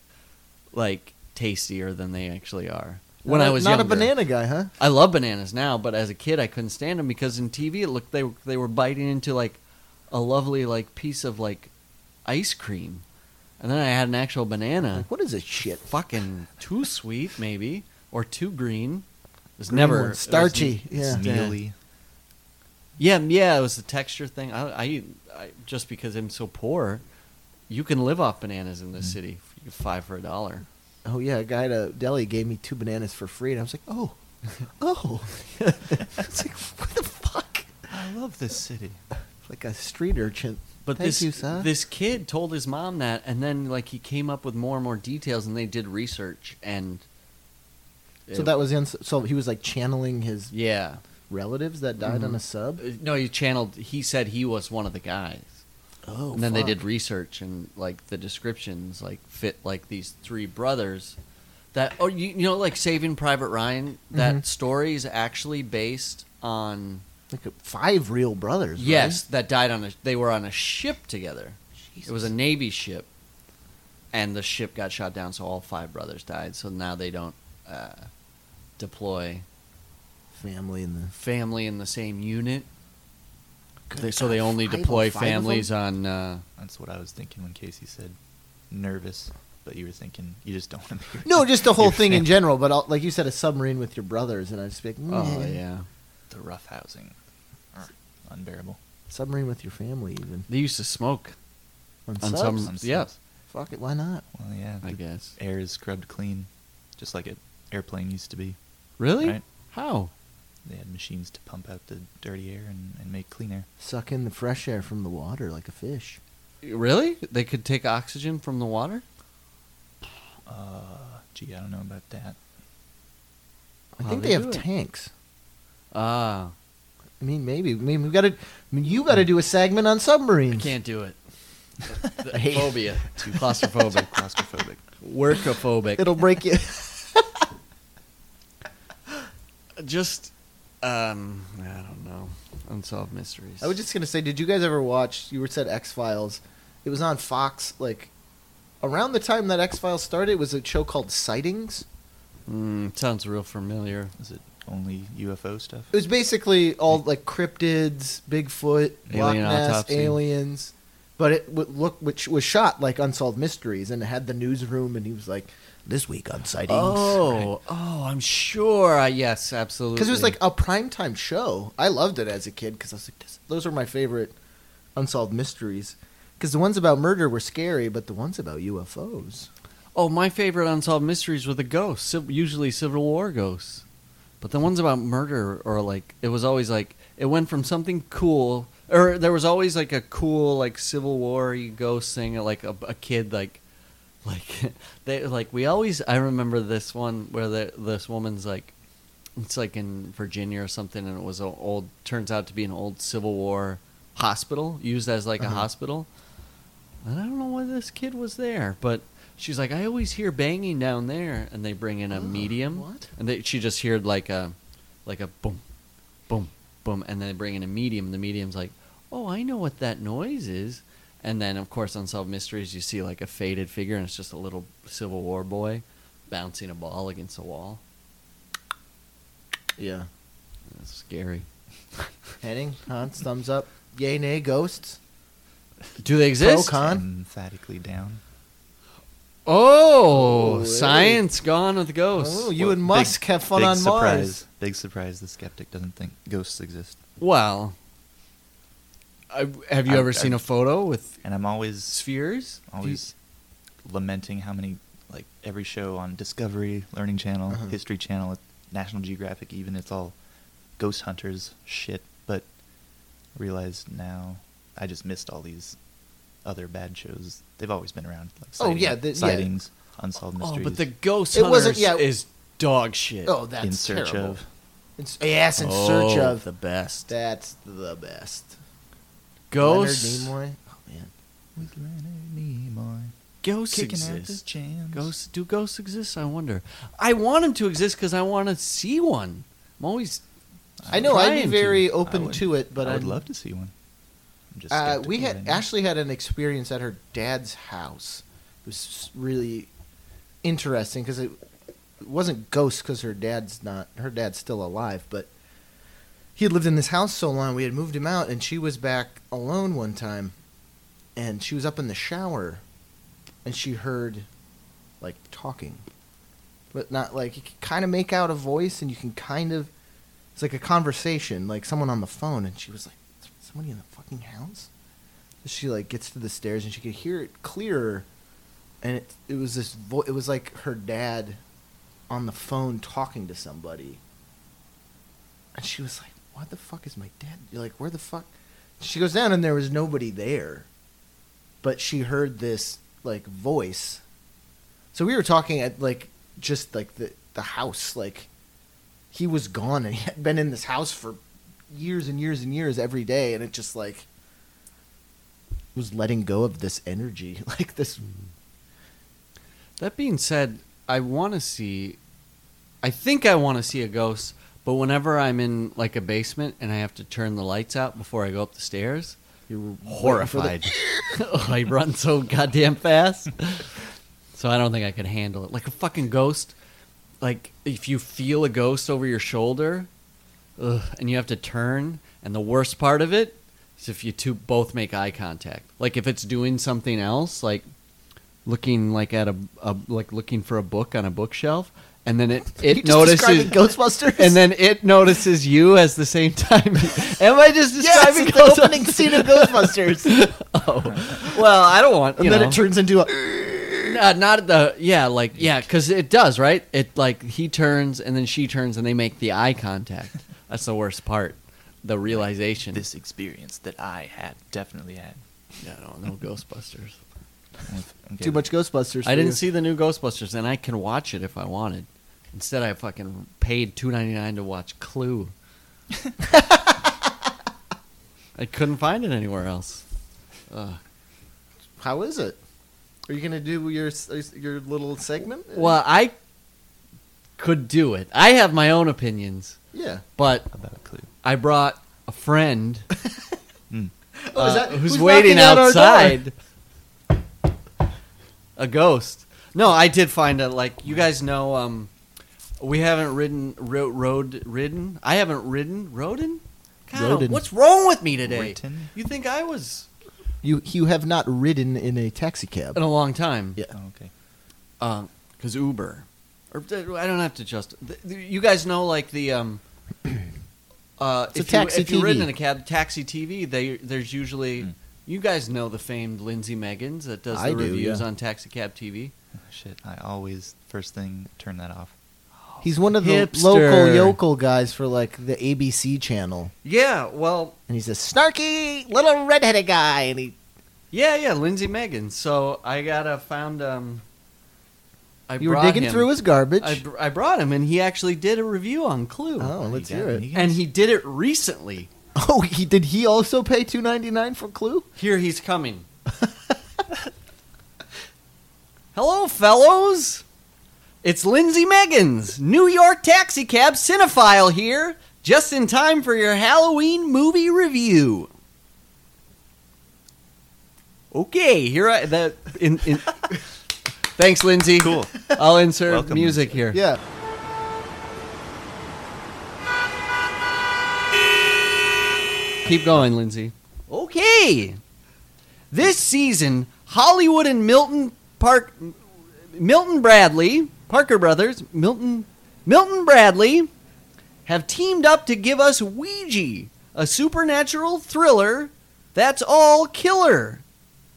like tastier than they actually are. When Not- I was not younger. a banana guy, huh? I love bananas now, but as a kid, I couldn't stand them because in TV it looked they were- they were biting into like a lovely like piece of like ice cream, and then I had an actual banana. Like, what is this shit? Fucking too sweet, maybe, or too green. It was Green never one. it was- starchy. It's Yeah, Yeah. mealy. Yeah, m- yeah, it was the texture thing. I, I, I just because I'm so poor, you can live off bananas in Mm. this city. You get Five for a dollar. oh yeah, a guy at a deli gave me two bananas for free, and I was like, oh, oh. it's like what the fuck? I love this city. Like a street urchin. But Thank this you, sir. this kid told his mom that, and then like he came up with more and more details, and they did research, and so it- that was in. So he was like channeling his yeah. relatives that died on a Uh, sub. No, he channeled. He said he was one of the guys. Oh, and then they fuck. did research and like the descriptions like fit like these three brothers That oh you, you know like Saving Private Ryan that Mm-hmm. story is actually based on Like uh, five real brothers. right? yes that died on a they were on a ship together. It was a navy ship, and the ship got shot down, so all five brothers died. So now they don't uh, deploy family in the. family in the same unit. Good They, so God, they only five of- deploy five of 'em? families on. Uh, That's what I was thinking when Casey said nervous, but you were thinking you just don't want to be. No, just the whole Your thing in fam- general. But I'll, like you said, a submarine with your brothers, and I just be like, Oh "Meh." yeah, The rough housing, Ugh, unbearable. submarine with your family even. they used to smoke On, on subs? some. On subs. Yeah, fuck it, why not? Well, yeah, I the guess. air is scrubbed clean, just like an airplane used to be. Really? Right. How? They had machines to pump out the dirty air and, and make clean air. Suck in the fresh air from the water like a fish. Really? They could take oxygen from the water? Uh, gee, I don't know about that. I How think they they, do have it? tanks. Ah, I mean, maybe. Maybe we've got to. I mean, you got to do a segment on submarines. I can't do it. The- I hate- phobia, too claustrophobic, Claustrophobic. workophobic. It'll break you. just, um, I don't know, unsolved mysteries. I was just gonna say, did you guys ever watch? You were said X Files. It was on Fox. Like around the time that X Files started, it was a show called Sightings. Mm, sounds real familiar. Is it only UFO stuff? It was basically all like cryptids, Bigfoot, Loch Alien Ness, autopsy. aliens. But it would look, which was shot like Unsolved Mysteries, and it had the newsroom, and he was like, "This week on Sightings." Oh, oh, I'm sure. I, yes, absolutely. because it was like a primetime show. I loved it as a kid because I was like, this, those are my favorite unsolved mysteries. Because the ones about murder were scary, but the ones about UFOs. oh, my favorite unsolved mysteries were the ghosts, civ- usually Civil War ghosts. But the ones about murder or like it was always like it went from something cool or there was always like a cool like Civil War ghost thing like a, a kid like like they like we always I remember this one where the, this woman's like it's like in Virginia or something and it was an old turns out to be an old Civil War hospital used as like a hospital and I don't know why this kid was there but she's like I always hear banging down there and they bring in a Oh, medium what? and they, she just heard like a like a boom boom boom and then they bring in a medium the medium's like oh I know what that noise is and then, of course, on Solved Mysteries, you see like a faded figure, and it's just a little Civil War boy bouncing a ball against a wall. Yeah. That's scary. Heading, Hans, thumbs up. Yay, nay, ghosts. Do they exist? Pro con. Emphatically down. Oh, Oh, hey. science gone with ghosts. Oh, you Well, and big- Musk have fun big on surprise. Mars. Big surprise. The skeptic doesn't think ghosts exist, Well, I, have you I- ever I- seen a photo with and I'm always spheres? Oh, always lamenting how many like every show on Discovery, Learning Channel, Uh-huh. History Channel, National Geographic, even it's all ghost hunters shit. But I realize now I just missed all these other bad shows. They've always been around. Like Oh, sighting- yeah, the- yeah. sightings, unsolved Oh, mysteries. but the ghost It hunters wasn't- yeah. is dog shit. Oh, that's in search terrible. of In, s- yes, in search Oh, of. the best That's the best. ghosts. Leonard Nimoy. Oh, man. with Leonard Nimoy Ghosts kicking out exist. the jams. Ghosts? Do ghosts exist? I wonder. I want them to exist because I want to see one. I'm always. I know, I'd be trying very To. open would- to it, but I would I'm- love to see one. I'm just Uh, skeptical we had right now. Ashley had an experience at her dad's house. It was really interesting because it, it wasn't ghosts because her dad's not her dad's still alive, but he had lived in this house so long we had moved him out, and she was back alone one time, and she was up in the shower, and she heard like talking, but not like you can kind of make out a voice, and you can kind of it's like a conversation, like someone on the phone, and she was like, "Somebody in the fucking house." So she like gets to the stairs and she could hear it clearer, and it it was this vo- it was like her dad on the phone talking to somebody, and she was like, "What the fuck is my dad? You're like, where the fuck?" She goes down and there was nobody there, but she heard this like voice. So we were talking at like just like the the house like he was gone and he had been in this house for years and years and years every day and it just like was letting go of this energy like this That being said, I want to see. I think I want to see a ghost, but whenever I'm in like a basement and I have to turn the lights out before I go up the stairs, You're horrified. I run so goddamn fast. So I don't think I could handle it. Like a fucking ghost. Like if you feel a ghost over your shoulder, ugh, and you have to turn, and the worst part of it is if you two both make eye contact. Like if it's doing something else, like looking like at a, a like looking for a book on a bookshelf, and then it You it just describing notices Ghostbusters, and then it notices you at the same time. Am I just yes, describing it's the Ghostbusters? opening scene of Ghostbusters, and Oh. Well, I don't want. You then know. it turns into a. Uh, not the yeah, like yeah, because it does right. It like he turns and then she turns and they make the eye contact. That's the worst part, the realization. This experience that I had definitely had. yeah, no, no Ghostbusters. Okay, Too much Ghostbusters. I for didn't you. see the new Ghostbusters, and I can watch it if I wanted. Instead, I fucking paid two ninety nine to watch Clue. I couldn't find it anywhere else. Ugh. How is it? Are you gonna do your your little segment? Well, I could do it. I have my own opinions, yeah. but about a clue. I brought a friend. Oh, is uh, that- who's, who's waiting knocking at our outside. A ghost. No, I did find that. Like you guys know, um, we haven't ridden ro- road ridden. I haven't ridden rodden. God, Rodden. what's wrong with me today? Written? You think I was You you have not ridden in a taxi cab. in a long time? Yeah. Oh, okay. Because Um, Uber, or uh, I don't have to just. th- th- You guys know, like the um. Uh, It's a if, you, taxi if you're ridden in TV. a cab, taxi TV, they, there's usually, Hmm. you guys know the famed Lindsay Meggins that does the I do, reviews yeah. on taxi cab TV. Oh, shit, I always first thing turn that off. He's one of the Hipster. local yokel guys for like the ABC channel, Yeah, well, and he's a snarky little redheaded guy, and he yeah, yeah, Lindsay Meggins. So I got a found. Um, I you were brought digging him- through his garbage. I, br- I brought him, and he actually did a review on Clue. oh, let's You got hear me. it. You guys- And he did it recently. Oh, he did he also pay two ninety nine for Clue? Here he's coming. Hello, fellows. It's Lindsay Meggins, New York taxicab cinephile here, just in time for your Halloween movie review. Okay, here I that in, in Thanks, Lindsay. Cool. I'll insert Welcome, music Lindsay. here. Yeah. Keep going, Lindsay. Okay. This season, Hollywood and Milton Park Milton Bradley, Parker Brothers, Milton Milton Bradley have teamed up to give us Ouija, a supernatural thriller that's all killer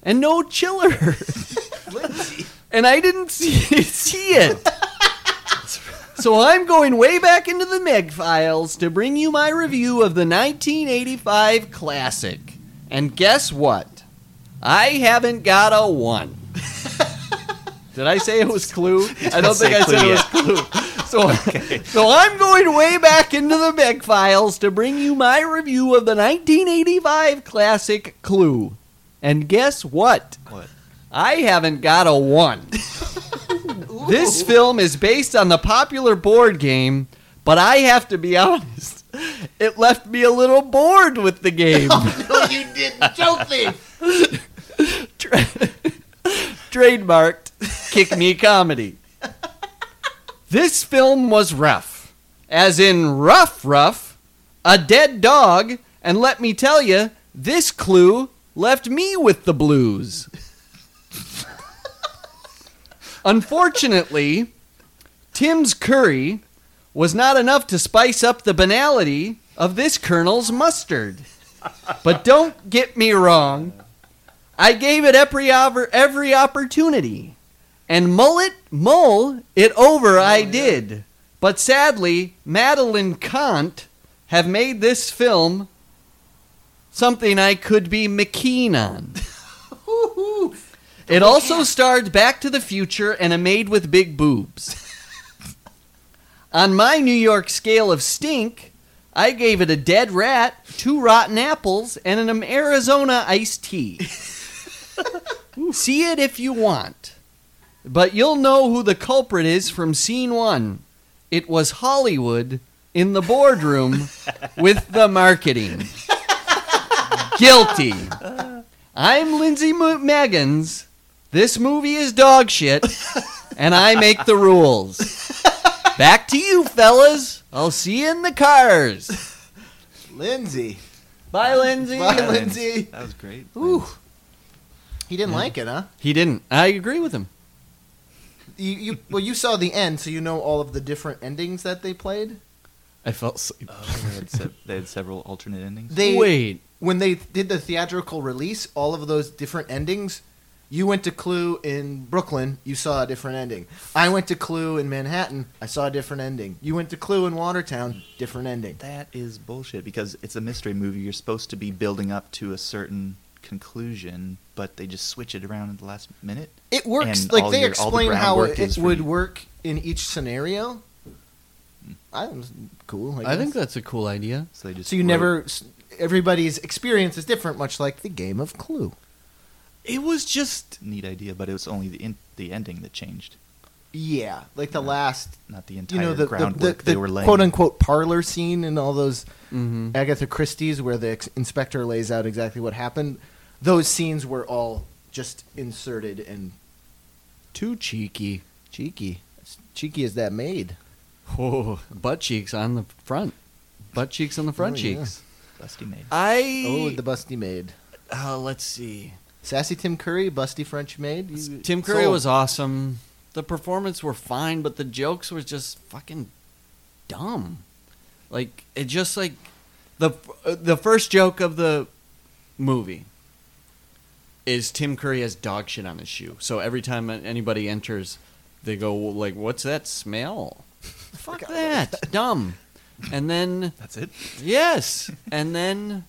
and no chiller. and I didn't see, see it. So I'm going way back into the Meg files to bring you my review of the 1985 classic. And guess what? I haven't got a one. Did I say it was Clue? I don't think I said it was Clue. So, so I'm going way back into the Meg files to bring you my review of the 1985 classic Clue. And guess what? What? I haven't got a one. this film is based on the popular board game, but I have to be honest, it left me a little bored with the game. No, you didn't. Joke me. Tra- trademarked kick me comedy. This film was rough, as in rough, rough, a dead dog, and let me tell you, this clue left me with the blues. Unfortunately, Tim's curry was not enough to spice up the banality of this colonel's mustard. But don't get me wrong, I gave it every oppor- every opportunity, and mullet mull it over I did. But sadly, Madeline Kant have made this film something I could be McKean on. it also starred Back to the Future and a maid with big boobs. on my New York scale of stink, I gave it a dead rat, two rotten apples, and an Arizona iced tea. See it if you want. But you'll know who the culprit is from scene one. It was Hollywood in the boardroom with the marketing. Guilty. I'm Lindsay Mo- Maggins. This movie is dog shit, and I make the rules. Back to you, fellas. I'll see you in the cars. Lindsay. Bye, Lindsay. Bye, Yeah, Lance. Lindsay. That was great. Ooh. Lance. He didn't like it, huh? He didn't. I agree with him. You, you well, you saw the end, so you know all of the different endings that they played. I fell asleep. They had, se- they had several alternate endings. They Uh, Wait. when they did the theatrical release, all of those different endings. You went to Clue in Brooklyn, you saw a different ending. I went to Clue in Manhattan, I saw a different ending. You went to Clue in Watertown, different ending. That is bullshit because it's a mystery movie. You're supposed to be building up to a certain conclusion, but they just switch it around at the last minute. It works And like all they your- all the explain how groundwork it, is for would you. work in each scenario. I was cool. I, I think guess. that's a cool idea. So they just so. You wrote- never. s- Everybody's experience is different, much like the game of Clue. It was just neat idea, but it was only the in, the ending that changed, Yeah, like the last not the entire you know the, the, groundwork the, they the were laying. quote unquote parlor scene and all those Mhm. Agatha Christie's where the ex- inspector lays out exactly what happened. Those scenes were all just inserted and too cheeky. cheeky. As cheeky as that made. Oh, butt cheeks on the front. Butt cheeks on the front Oh, yeah. cheeks. Busty made. I. Oh, the busty maid. uh, let's see. Sassy Tim Curry, busty French maid. You- Tim Curry sold. was awesome. The performance were fine, but the jokes were just fucking dumb. Like it just like the uh, the first joke of the movie is Tim Curry has dog shit on his shoe. So every time anybody enters, they go like, "What's that smell?" Fuck that, dumb. And then That's it. yes, and then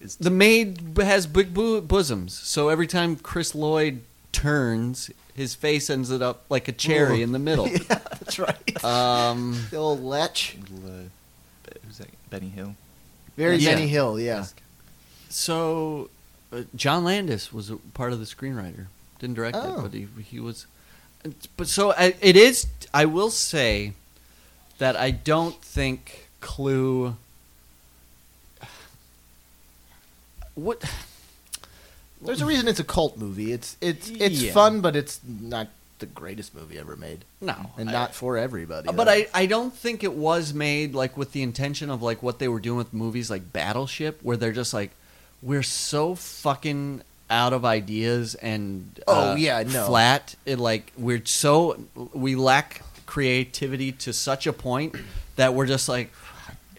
Is the maid b- has big bo- bosoms, so every time Chris Lloyd turns, his face ends it up like a cherry in the middle. That's right. Um, The old lech. little, uh, Be- who's that? Benny Hill. Very Yeah. Benny Hill, yeah. so uh, John Landis was a part of the screenwriter, didn't direct Oh. it, but he he was. But so I, it is. I will say that I don't think Clue. What There's a reason it's a cult movie. It's it's it's Yeah. fun, but it's not the greatest movie ever made, no, and I- not for everybody. Uh, But though. I, I don't think it was made like with the intention of like what they were doing with movies like Battleship, where they're just like, we're so fucking out of ideas and uh, Oh, yeah, no. flat. It like we're so we lack creativity to such a point that we're just like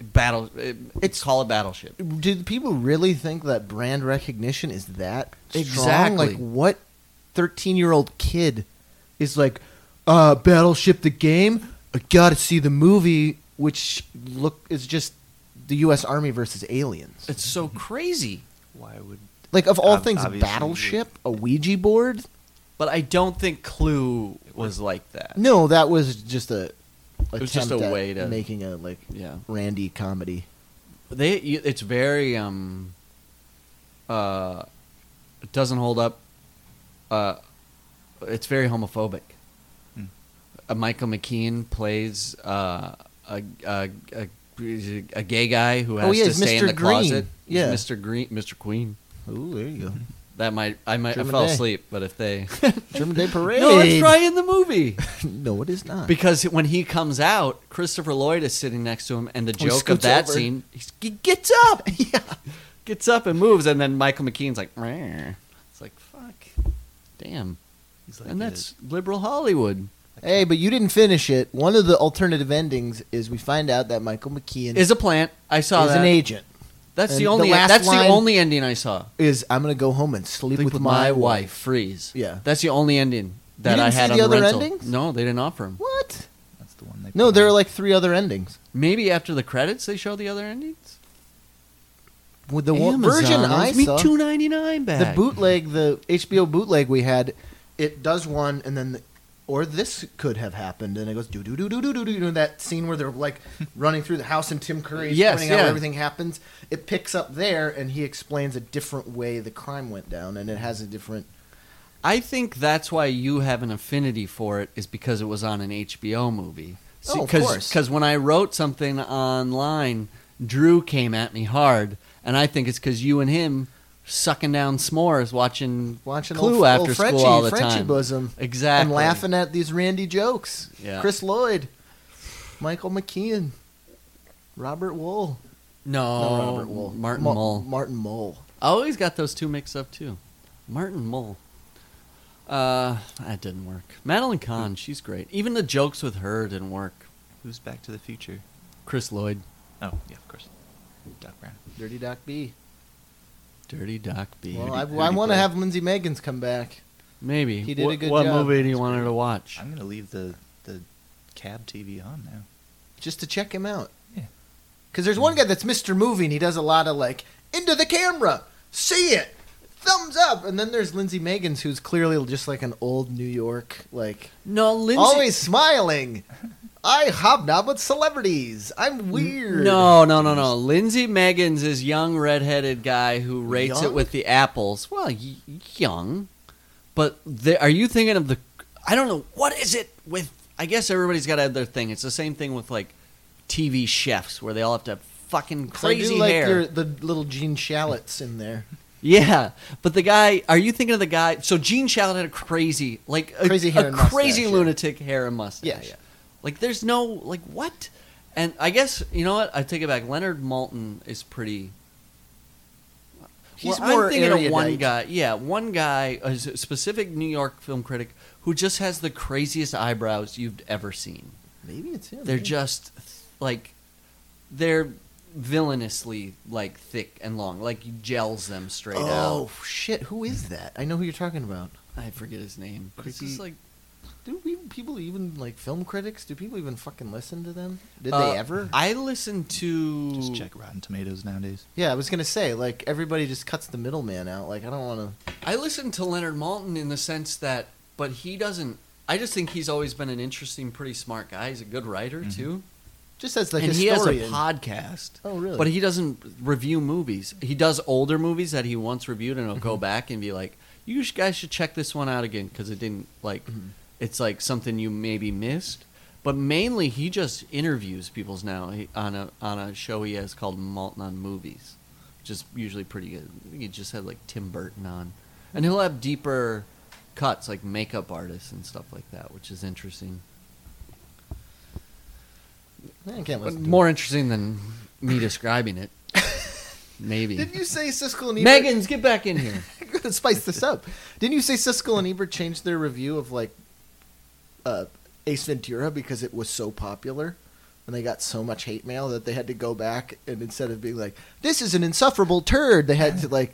battle. It's call it Battleship. do people really think that brand recognition is that strong? Exactly. Like what thirteen year old kid is like, uh, Battleship the game? I gotta see the movie, which look is just the U.S. Army versus aliens. It's so crazy. Why would? Like of all ob- things, obviously- Battleship, a Ouija board. But I don't think Clue was like that. No, that was just a. was just attempt a at way to- making a like Yeah. Randy comedy. they you- it's very um uh it doesn't hold up uh it's very homophobic Hmm. uh, michael mckean plays uh a, a, a, a gay guy who has Oh, yeah, to he's stay in Mr. the Green. closet He's Yeah. mr green mr queen Ooh, there you that might i might German i fell Day. asleep but if they go. German Day Parade. no it's right in the movie no, it is not. because when he comes out, Christopher Lloyd is sitting next to him, and the Oh, he joke of scoots that over. scene, he's, he gets up, yeah, gets up and moves, and then Michael McKean's like, "Rrr." it's like, fuck, damn, He's like and a- that's liberal Hollywood. Hey, but you didn't finish it. One of the alternative endings is we find out that Michael McKeon Is a plant. I saw is that. an agent. That's and the the only. last that's line- the only ending I saw. Is I'm gonna go home and sleep, Sleep with, my wife. Freeze. Yeah. that's the only ending that didn't I see had the on the, other rental. endings? No, they didn't offer them. What? That's the one they. No, put there are on. like three other endings. Maybe after the credits, they show the other endings. With the one Amazon version owes I me saw, two ninety nine back. the bootleg, the HBO bootleg we had, it does one and then. The, or this could have happened, and it goes do do do do do do do. You know that scene where they're like running through the house, and Tim Curry is Yes, pointing out yeah. where everything happens. It picks up there, and he explains a different way the crime went down, and it has a different I think that's why you have an affinity for it is because it was on an HBO movie. Oh, of course. Because when I wrote something online, Drew came at me hard, and I think it's because you and him sucking down s'mores watching Watching Clue old, after old school Frenchie, all the Frenchie time. bosom. Exactly. And laughing at these Randy jokes. Yeah. Chris Lloyd, Michael McKean, Robert Wool. No, Not Robert Wool. Oh, Martin Mo- Mull. Martin Mull. I always got those two mixed up too. Martin Mull. Uh, that didn't work. Madeline Kahn, she's great. Even the jokes with her didn't work. Who's Back to the Future? Chris Lloyd, Oh, yeah, of course. Doc Brown. Dirty Doc B. Dirty Doc B. Well, Who'd I, he- who'd I he want to play? have Lindsay Megans come back. Maybe. He did a What- good What job. movie do you want her to watch? I'm gonna leave the the cab TV on now. just to check him out. Yeah. Because there's one guy that's Mr. Movie, and he does a lot of like into the camera, see it, thumbs up, and then there's Lindsay Megans, who's clearly just like an old New York, like No, Lindsay. always smiling. I hobnob with celebrities. I'm weird. No, no, no, no. Lindsay Meggins is young redheaded guy who rates it Young? with the apples. Well, y- young, but the, are you thinking of the? I don't know what is it with. I guess everybody's got to have their thing. It's the same thing with like TV chefs where they all have to have fucking 'Cause I do crazy like hair. your- the little Gene shallots in there. Yeah, but the guy. Are you thinking of the guy? So Gene Shalit had a crazy, like a, Crazy hair a and mustache, crazy yeah. lunatic hair and mustache. Yeah, yeah. Like there's no like what, and I guess you know what I take it back. Leonard Malton is pretty. He's Well, more I'm thinking of one erudite. guy. Yeah, one guy, a s- specific New York film critic who just has the craziest eyebrows you've ever seen. Maybe it's him. They're yeah. just th- like they're villainously like thick and long, like he gels them straight out. Oh shit! Who is that? I know who you're talking about. I forget his name. But it's Creepy- just like Do we, people even like film critics? Do people even fucking listen to them? Did uh, they ever? I listened to Just check Rotten Tomatoes nowadays. Yeah, I was gonna say like everybody just cuts the middleman out. Like I don't want to. I listened to Leonard Maltin in the sense that, but he doesn't. I just think he's always been an interesting, pretty smart guy. He's a good writer Mhm. too, Just as the and he has a historian. podcast. oh really? But he doesn't review movies. He does older movies that he once reviewed, and he'll go Mm-hmm. back and be like, "You sh- guys should check this one out again because it didn't like, Mm-hmm. it's like something you maybe missed." But mainly, he just interviews people's now he, on a on a show he has called Malton on Movies, which is usually pretty good. I think he just had like Tim Burton on, and he'll have deeper cuts like makeup artists and stuff like that, which is interesting. Man, I can't But listen. to more interesting than me describing it, maybe. it. Didn't you say Siskel and Ebert? Megan's, get back in here. Megan, spice this up. Didn't you say Siskel and Ebert changed their review of like uh, Ace Ventura because it was so popular? And they got so much hate mail that they had to go back and instead of being like, "This is an insufferable turd," they had to like,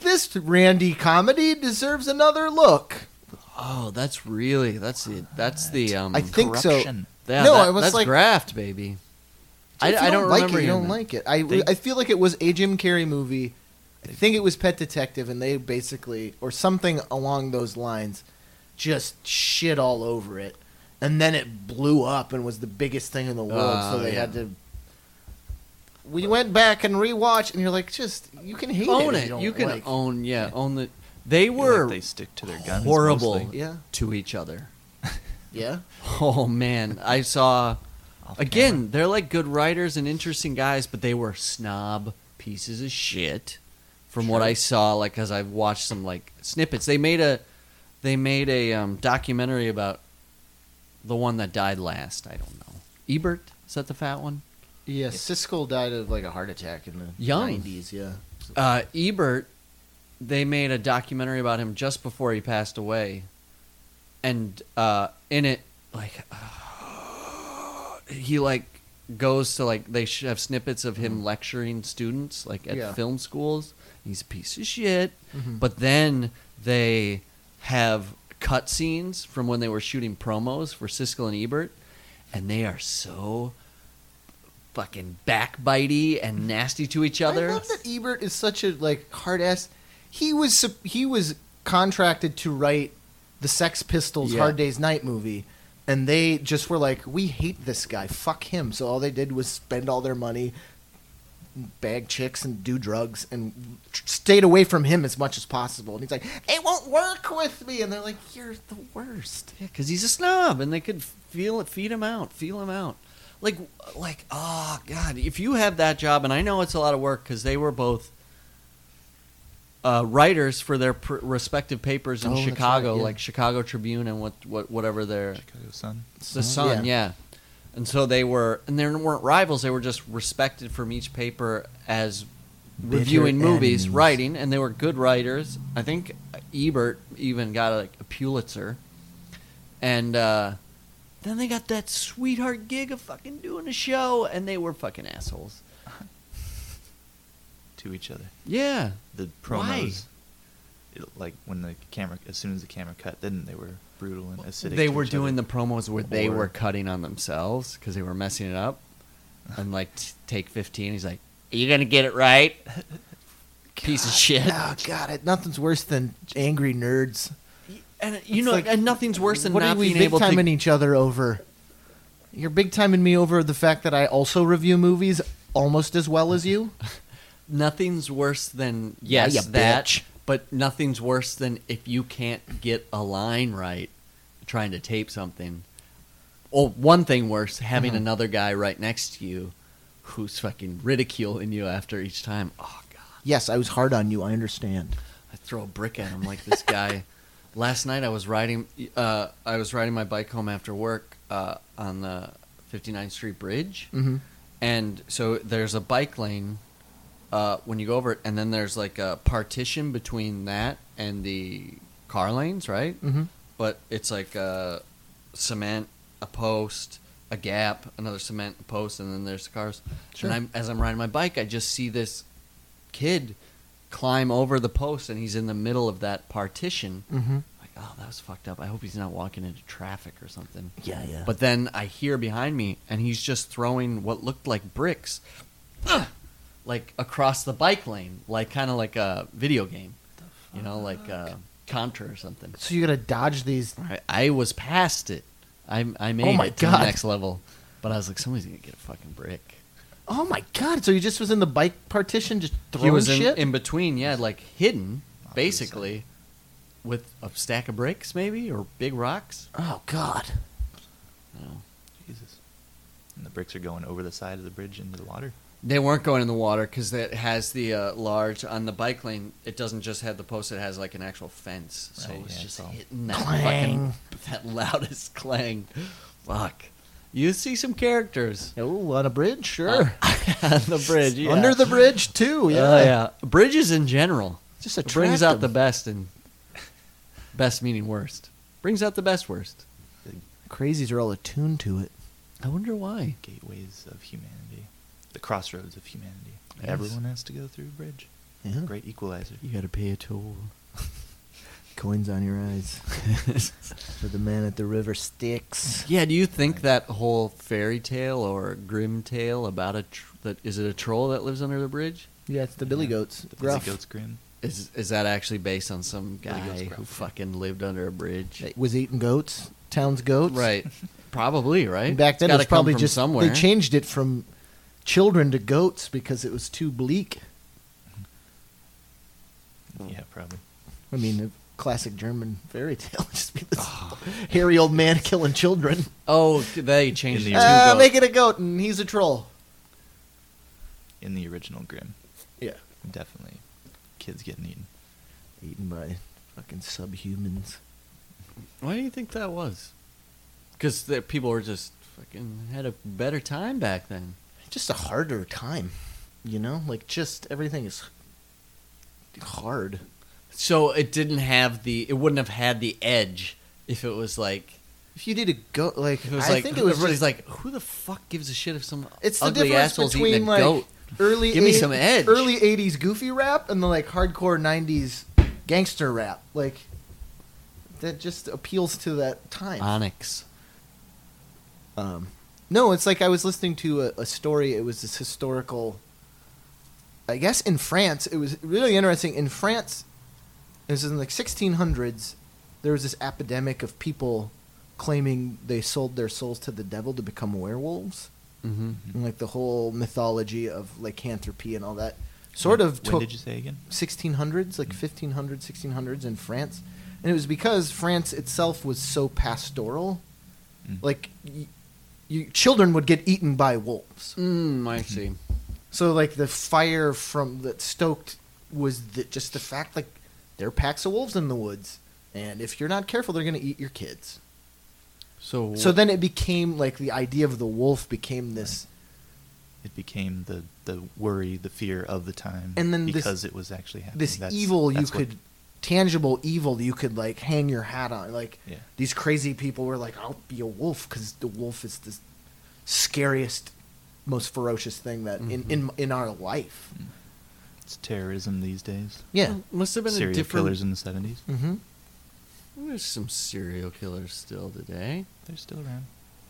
"This Randy comedy deserves another look." Oh, that's really that's the that's the um. I think so. Corruption. yeah, no, that- I was that's like- graft, baby. I, If you I don't, like remember it. You hearing don't that. like it. I, They- I feel like it was a Jim Carrey movie. I think it was Pet Detective, and they basically or something along those lines, just shit all over it, and then it blew up and was the biggest thing in the world. so Oh, they yeah. had to. We went back and rewatched, and you're like, just you can hate Own it. if it. don't You, can like. own. Yeah, own the. They I feel like were they stick to their guns. horrible. mostly. Yeah, to each other. yeah. Oh man, I saw Off again. camera. They're like good writers and interesting guys, but they were snob pieces of shit. From what I saw, like because I've watched some like snippets. They made a they made a um, documentary about the one that died last. I don't know. Ebert is that the fat one? Yeah, Siskel died of like a heart attack in the Young. 90s. Yeah, uh, Ebert, they made a documentary about him just before he passed away, and uh, in it, like, he like goes to like they sh- have snippets of him lecturing students like at Mm-hmm. Yeah. film schools. He's a piece of shit. Mhm. But then they have cut scenes from when they were shooting promos for Siskel and Ebert, and they are so. Fucking backbitey and nasty to each other. I love that Ebert is such a like hard ass. He was sup- he was contracted to write the Sex Pistols Yeah. Hard Day's Night movie, and they just were like, we hate this guy, fuck him. So all they did was spend all their money bag chicks and do drugs and tr- stayed away from him as much as possible. And he's like, "It won't work with me," and they're like, "You're the worst." Yeah, because he's a snob, and they could feel it, feed him out, feel him out. Like, like, oh God! If you have that job, and I know it's a lot of work because they were both uh, writers for their pr- respective papers in Oh, that's right, Chicago, yeah. like Chicago Tribune and what, what, whatever their Chicago Sun. the Uh-huh. Sun, yeah. And so they were, and they weren't rivals. They were just respected from each paper as Bitter reviewing movies, enemies. writing, and they were good writers. I think Ebert even got like a Pulitzer, and uh, then they got that sweetheart gig of fucking doing a show, and they were fucking assholes. to each other. Yeah, The Why? promos, it, like when the camera, as soon as the camera cut, then they were brutal and acidic. they to were each doing other. the promos where they Or- were cutting on themselves because they were messing it up, and like t- take fifteen, he's like, "Are you gonna get it right?" Piece of shit. Oh God, it, nothing's worse than angry nerds. And you It's know, like, and nothing's worse than what not are we being big able timing to. each other over? You're big timing me over the fact that I also review movies almost as well as you. Nothing's worse than yes ya that, bitch. but nothing's worse than if you can't get a line right, trying to tape something. Or one thing worse, having Mm-hmm. another guy right next to you, who's fucking ridiculing you after each time. Oh god. Yes, I was hard on you. I understand. I throw a brick at him like this guy. Last night I was riding, uh, I was riding my bike home after work uh, on the 59th Street Bridge, Mhm. and so there's a bike lane uh, when you go over it, and then there's like a partition between that and the car lanes, right? Mm-hmm. but it's like a cement, a post, a gap, another cement, a post, and then there's the cars. Sure. And I'm, as I'm riding my bike, I just see this kid climb over the post, and he's in the middle of that partition. Mm-hmm. Like, oh, that was fucked up. I hope he's not walking into traffic or something. Yeah, yeah. But then I hear behind me, and he's just throwing what looked like bricks, ugh, like across the bike lane, like kind of like a video game, you know, like uh, Contra or something. so you gotta dodge these. I, I was past it. I, I made my it to God. the next level, but I was like, somebody's gonna get a fucking brick. Oh my God! So he just was in the bike partition, just throwing he was in, shit. in between, yeah, like hidden, Obviously. basically, with a stack of bricks maybe or big rocks. oh God! I don't know. Jesus. And the bricks are going over the side of the bridge into the water. They weren't going in the water because it has the uh, large on the bike lane. It doesn't just have the post; it has like an actual fence, so Right, it's yeah, just it's all- hitting that Clang. fucking that loudest clang. Fuck, you see some characters Oh, on a bridge, sure. Uh, on the bridge yeah. Under the bridge too. Uh, Yeah, Oh yeah, bridges in general Just It brings out the attractive. best and best meaning worst. Brings out the best worst. Crazies are all attuned to it. I wonder why. Gateways of humanity. The crossroads of humanity. Yes. Everyone has to go through a bridge. Yeah. Great equalizer. You got to pay a toll. Coins on your eyes for the man at the river Styx. yeah, do you think that whole fairy tale or grim tale about a tr- that is it a troll that lives under the bridge? Yeah, it's the Billy Yeah. Goats. The Billy Gruff. Goat's grim. Is is that actually based on some Billy Goat's guy who Gruff. fucking lived under a bridge? That Was eating goats. Town's goats. Right. Probably, right? And back then, It's it gotta was come probably from just somewhere. they changed it from children to goats because it was too bleak. Mm. Yeah, probably. I mean, a classic German fairy tale. would just be this hairy old man killing children. Oh, they changed In it. the to Uh, goat. make it a goat, and he's a troll. In the original Grim. Yeah, Definitely. Kids getting eaten. eaten by fucking subhumans. Why do you think that was? Because people were just fucking had a better time back then. Just a harder time, you know. Like just everything is hard. So it didn't have the it wouldn't have had the edge if it was like If you did a goat, like if it was I like think it was everybody's just, like who the fuck gives a shit if some It's the ugly difference assholes between eating a like goat? early Give me eight- some edge. early '80s goofy rap and the like hardcore '90s gangster rap. Like that just appeals to that time. Onyx. Um, no, it's like I was listening to a, a story. It was this historical. I guess in France, it was really interesting. In France, this is in like 1600s. There was this epidemic of people claiming they sold their souls to the devil to become werewolves. Mm-hmm. and like the whole mythology of lycanthropy and all that sort When- of When took did you say again? 1600s, like 1500s, 1600s in France. And it was because France itself was so pastoral. Mm. Like, y- you, children would get eaten by wolves. Mm, I see. So, like, the fire from that stoked was the, just the fact, like, there are packs of wolves in the woods. And if you're not careful, they're going to eat your kids. So So then it became, like, the idea of the wolf became this. It became the, the worry, the fear of the time, And then this- because it was actually happening. this That's- evil you that's what- could tangible evil you could like hang your hat on like Yeah. these crazy people were like i'll be a wolf because the wolf is the scariest most ferocious thing that Mm-hmm. in, in in our life it's terrorism these days. yeah must have been Serial a different. killers in the seventies. mm-hmm. There's some serial killers still today. They're still around.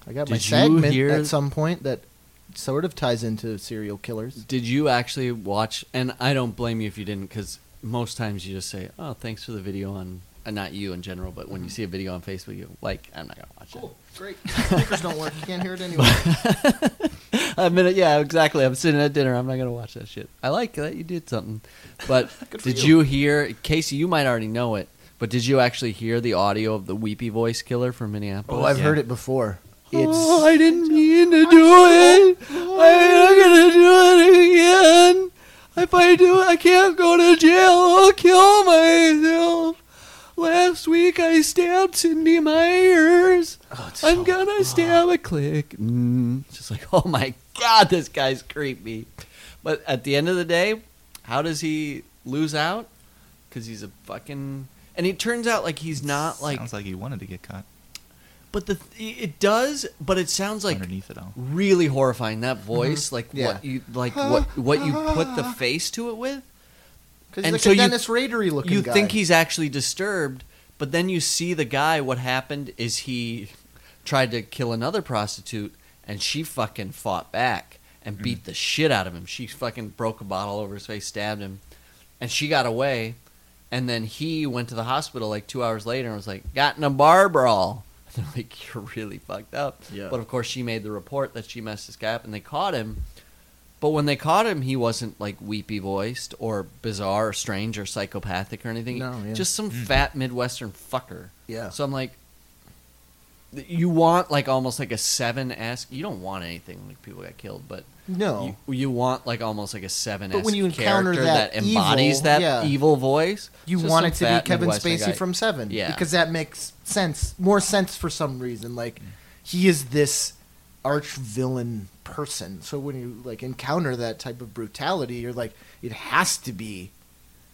i got Did my you segment hear- at some point that sort of ties into serial killers Did you actually watch? And I don't blame you if you didn't, because most times you just say, "Oh, thanks for the video on." Uh, not you in general, but when you see a video on Facebook, you like, I'm not gonna watch it. great speakers don't work you can't hear it anyway I mean, yeah, exactly. I'm sitting at dinner. I'm not gonna watch that shit. I like that you did something, but Good for did you. you. hear Casey? You might already know it, but did you actually hear the audio of the weepy voice killer from Minneapolis? oh i've Yeah. heard it before it's oh, I didn't mean to do it. I'm gonna do it again. If I do it, I can't go to jail. I'll kill myself. Last week I stabbed Cindy Myers. Oh, it's I'm so- gonna stab a click. Mm. It's Just like, oh my god, this guy's creepy. But at the end of the day, how does he lose out? Because he's a fucking. And it turns out like he's not like. sounds like he wanted to get caught But the th- it does. But it sounds like underneath it all. really horrifying. That voice, like Mm-hmm. Yeah. what you like, what what you put the face to it with. 'Cause he's and like so a you- dennis radery looking you guy. think he's actually disturbed, but then you see the guy. What happened is he tried to kill another prostitute, and she fucking fought back and Mm. beat the shit out of him. She fucking broke a bottle over his face, stabbed him, and she got away. And then he went to the hospital like two hours later and was like, "Got in a bar brawl." And they're like, "You're really fucked up." Yeah. But of course, she made the report that she messed this guy up, and they caught him. But when they caught him, he wasn't like weepy voiced or bizarre or strange or psychopathic or anything. No, yeah. Just some fat Midwestern fucker. yeah So I'm like, th- you want like almost like a seven esque. You don't want anything like people got killed, but no you, you want like almost like a seven esque But when you encounter character that that, embodies evil, that yeah. evil voice. You So want some it to fat be Kevin Midwestern Spacey guy- from Seven, Yeah. because that makes sense, more sense for some reason. Like he is this arch villain person, so when you like encounter that type of brutality, you're like, it has to be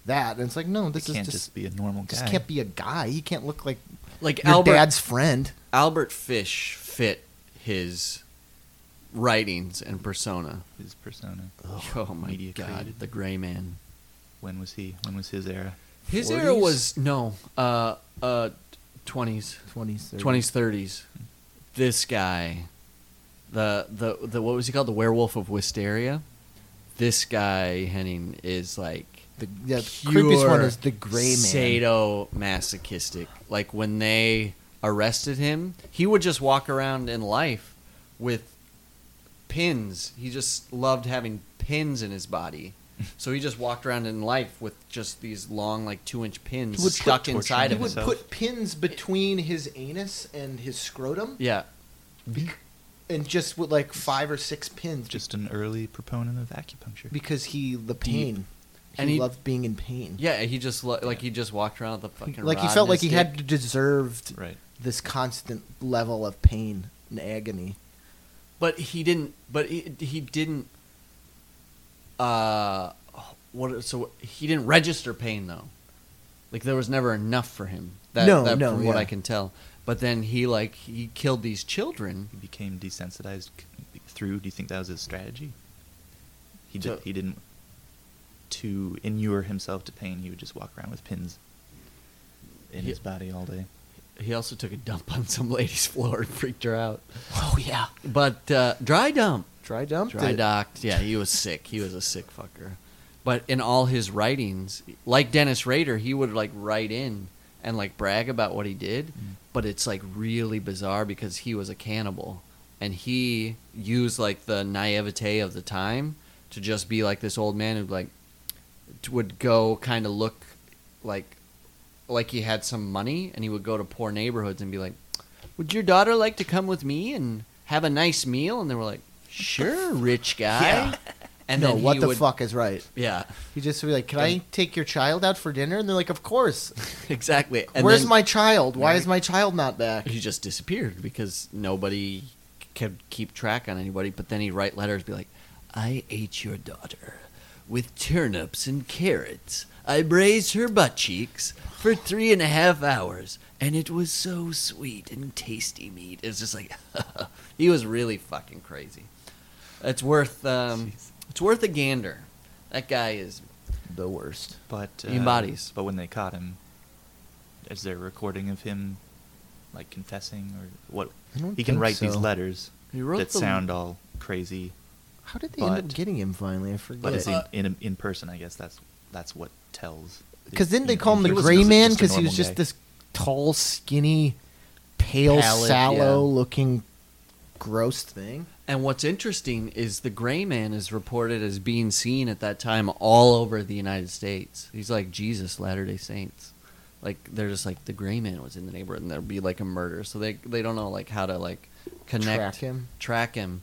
that, and it's like, no, this It can't is just, just, be a normal guy. just can't be a guy. He can't look like like your Albert dad's friend. Albert Fish fit his writings and persona. His persona. Oh, my media god, created. the Gray Man. When was he? When was his era? His era 40s? was no, uh, uh, twenties, Twenties, twenties, thirties. This guy, the the the what was he called? The Werewolf of Wisteria. This guy Henning is like The, yeah, the creepiest one pure is the gray man. Sadomasochistic. Like when they arrested him, he would just walk around in life with pins. He just loved having pins in his body. So he just walked around in life with just these long, like two inch pins He would stuck torture inside of He him. would himself. put pins between his anus and his scrotum, Yeah. and just with like five or six pins, Just an early proponent of acupuncture. because he the pain. He And he- loved being in pain. Yeah, he just lo- like he just walked around with a fucking like he rod felt in like his he dick. had to deserved right. this constant level of pain and agony. but he didn't but he, he didn't uh what so he didn't register pain though like there was never enough for him that, No, that no, from what yeah. i can tell but then he like he killed these children He became desensitized c- through. Do you think that was his strategy? He So- did, he didn't to inure himself to pain. He would just walk around with pins in He- his body all day. he also took a dump on some lady's floor and freaked her out Oh yeah, but uh dry dump dry dumped dry it. docked yeah he was sick he was a sick fucker but in all his writings like dennis rader he would like write in Mm. and like brag about what he did but it's like really bizarre because he was a cannibal and he used like the naivete of the time to just be like this old man who like t- would go kind of look like like he had some money and he would go to poor neighborhoods and be like would your daughter like to come with me and have a nice meal and they were like sure rich guy Yeah. and no, then he what the would- fuck is right? yeah He just would be like, "Can I take your child out for dinner?" And they're like, "Of course." exactly and Where's then my child? Why is my child not back? he just disappeared because nobody could keep track on anybody but then he'd write letters be like i ate your daughter with turnips and carrots i braised her butt cheeks for three and a half hours and it was so sweet and tasty meat it's just like he was really fucking crazy it's worth um, it's worth a gander that guy is The worst. But uh, He embodies. But when they caught him, is there a recording of him, like confessing or what? I don't He can think write these so. letters He wrote that the- sound all crazy, How did they end up But- getting him finally? I forget. but is Uh, he in in person? I guess that's that's what tells. Because didn't they He- call him he the was Gray just- Man? just a Because he was normal just guy. this tall, skinny, pale, Pallid, sallow-looking, gross thing. And what's interesting is the gray man is reported as being seen at that time all over the United States. He's like Jesus Latter Day Saints. Like they're just like the gray man was in the neighborhood, and there'd be like a murder. So they they don't know like how to like connect Track him. track him.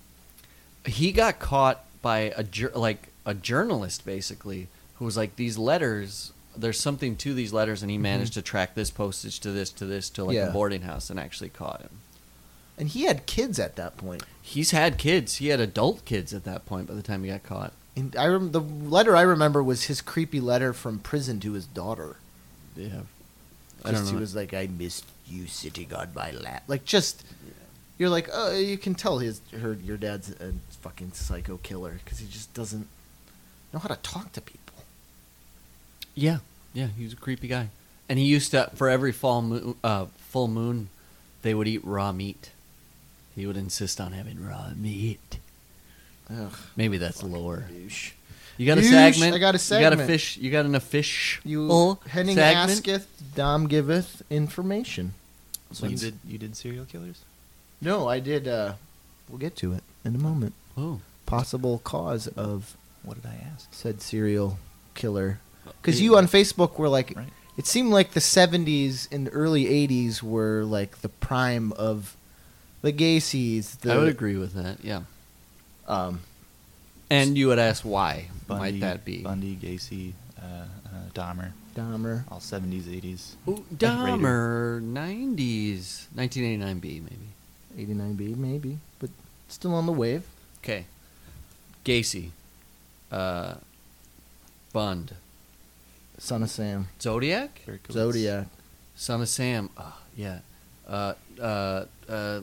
He got caught by a jour- like a journalist basically who was like these letters. There's something to these letters, and he managed to track this postage to this to this to like Mm-hmm. Yeah. a boarding house and actually caught him. And he had kids at that point. He's had kids. He had adult kids at that point by the time he got caught. And I rem- the letter I remember was his creepy letter from prison to his daughter. Yeah. I don't Just know. he was like, "I missed you sitting on my lap." Like just, you're like, oh, you can tell his her your dad's a fucking psycho killer because he just doesn't know how to talk to people. yeah. Yeah, he was a creepy guy. And he used to for every fall moon, uh, full moon, they would eat raw meat. He would insist on having raw meat. Ugh, Maybe that's lore. douche. You got a Douche, segment. I got a You got a segment. fish. You got an official You Henning Oh, segment? asketh, Dom giveth information. So you When's- did you did serial killers? No, I did. uh We'll get to it in a moment. Oh, Possible cause of What did I ask? said serial killer. Oh, Because you on Facebook were like, Right. it seemed like the 70s and early 80s were like the prime of the Gacy's. The, I would agree with that. Yeah. Um, And you would ask why Bundy, might that be? Bundy, Gacy, uh, uh, Dahmer, Dahmer. all seventies, eighties. Ooh, And Rader. Dahmer, nineties, nineteen eighty nine B maybe. 89B, maybe. But still on the wave. Okay. Gacy. Uh, Bund. Son of Sam. Zodiac? Zodiac. Son of Sam. Oh, yeah. Uh, uh, uh,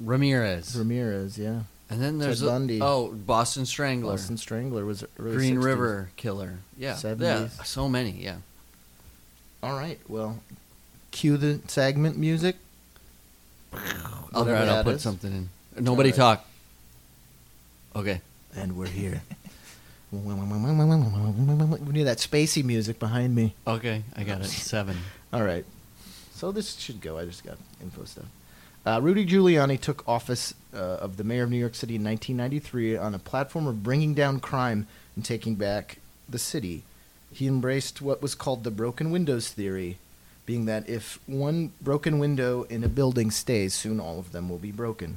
Ramirez. Ramirez, yeah. and then there's Ted a- Bundy. oh Boston Strangler. Boston Strangler was early Green 60s. River Killer. Yeah. Yeah. 70s. So many. Yeah. All right, well, cue the segment music. All Whatever right. I'll that put is. something in. Nobody talk. Okay. And we're here. we need that spacey music behind me. Okay. I got it. Seven. All right. So this should go. I just got info stuff. Uh, Rudy Giuliani took office uh, of the mayor of New York City in 1993 on a platform of bringing down crime and taking back the city. He embraced what was called the broken windows theory, being that if one broken window in a building stays, soon all of them will be broken.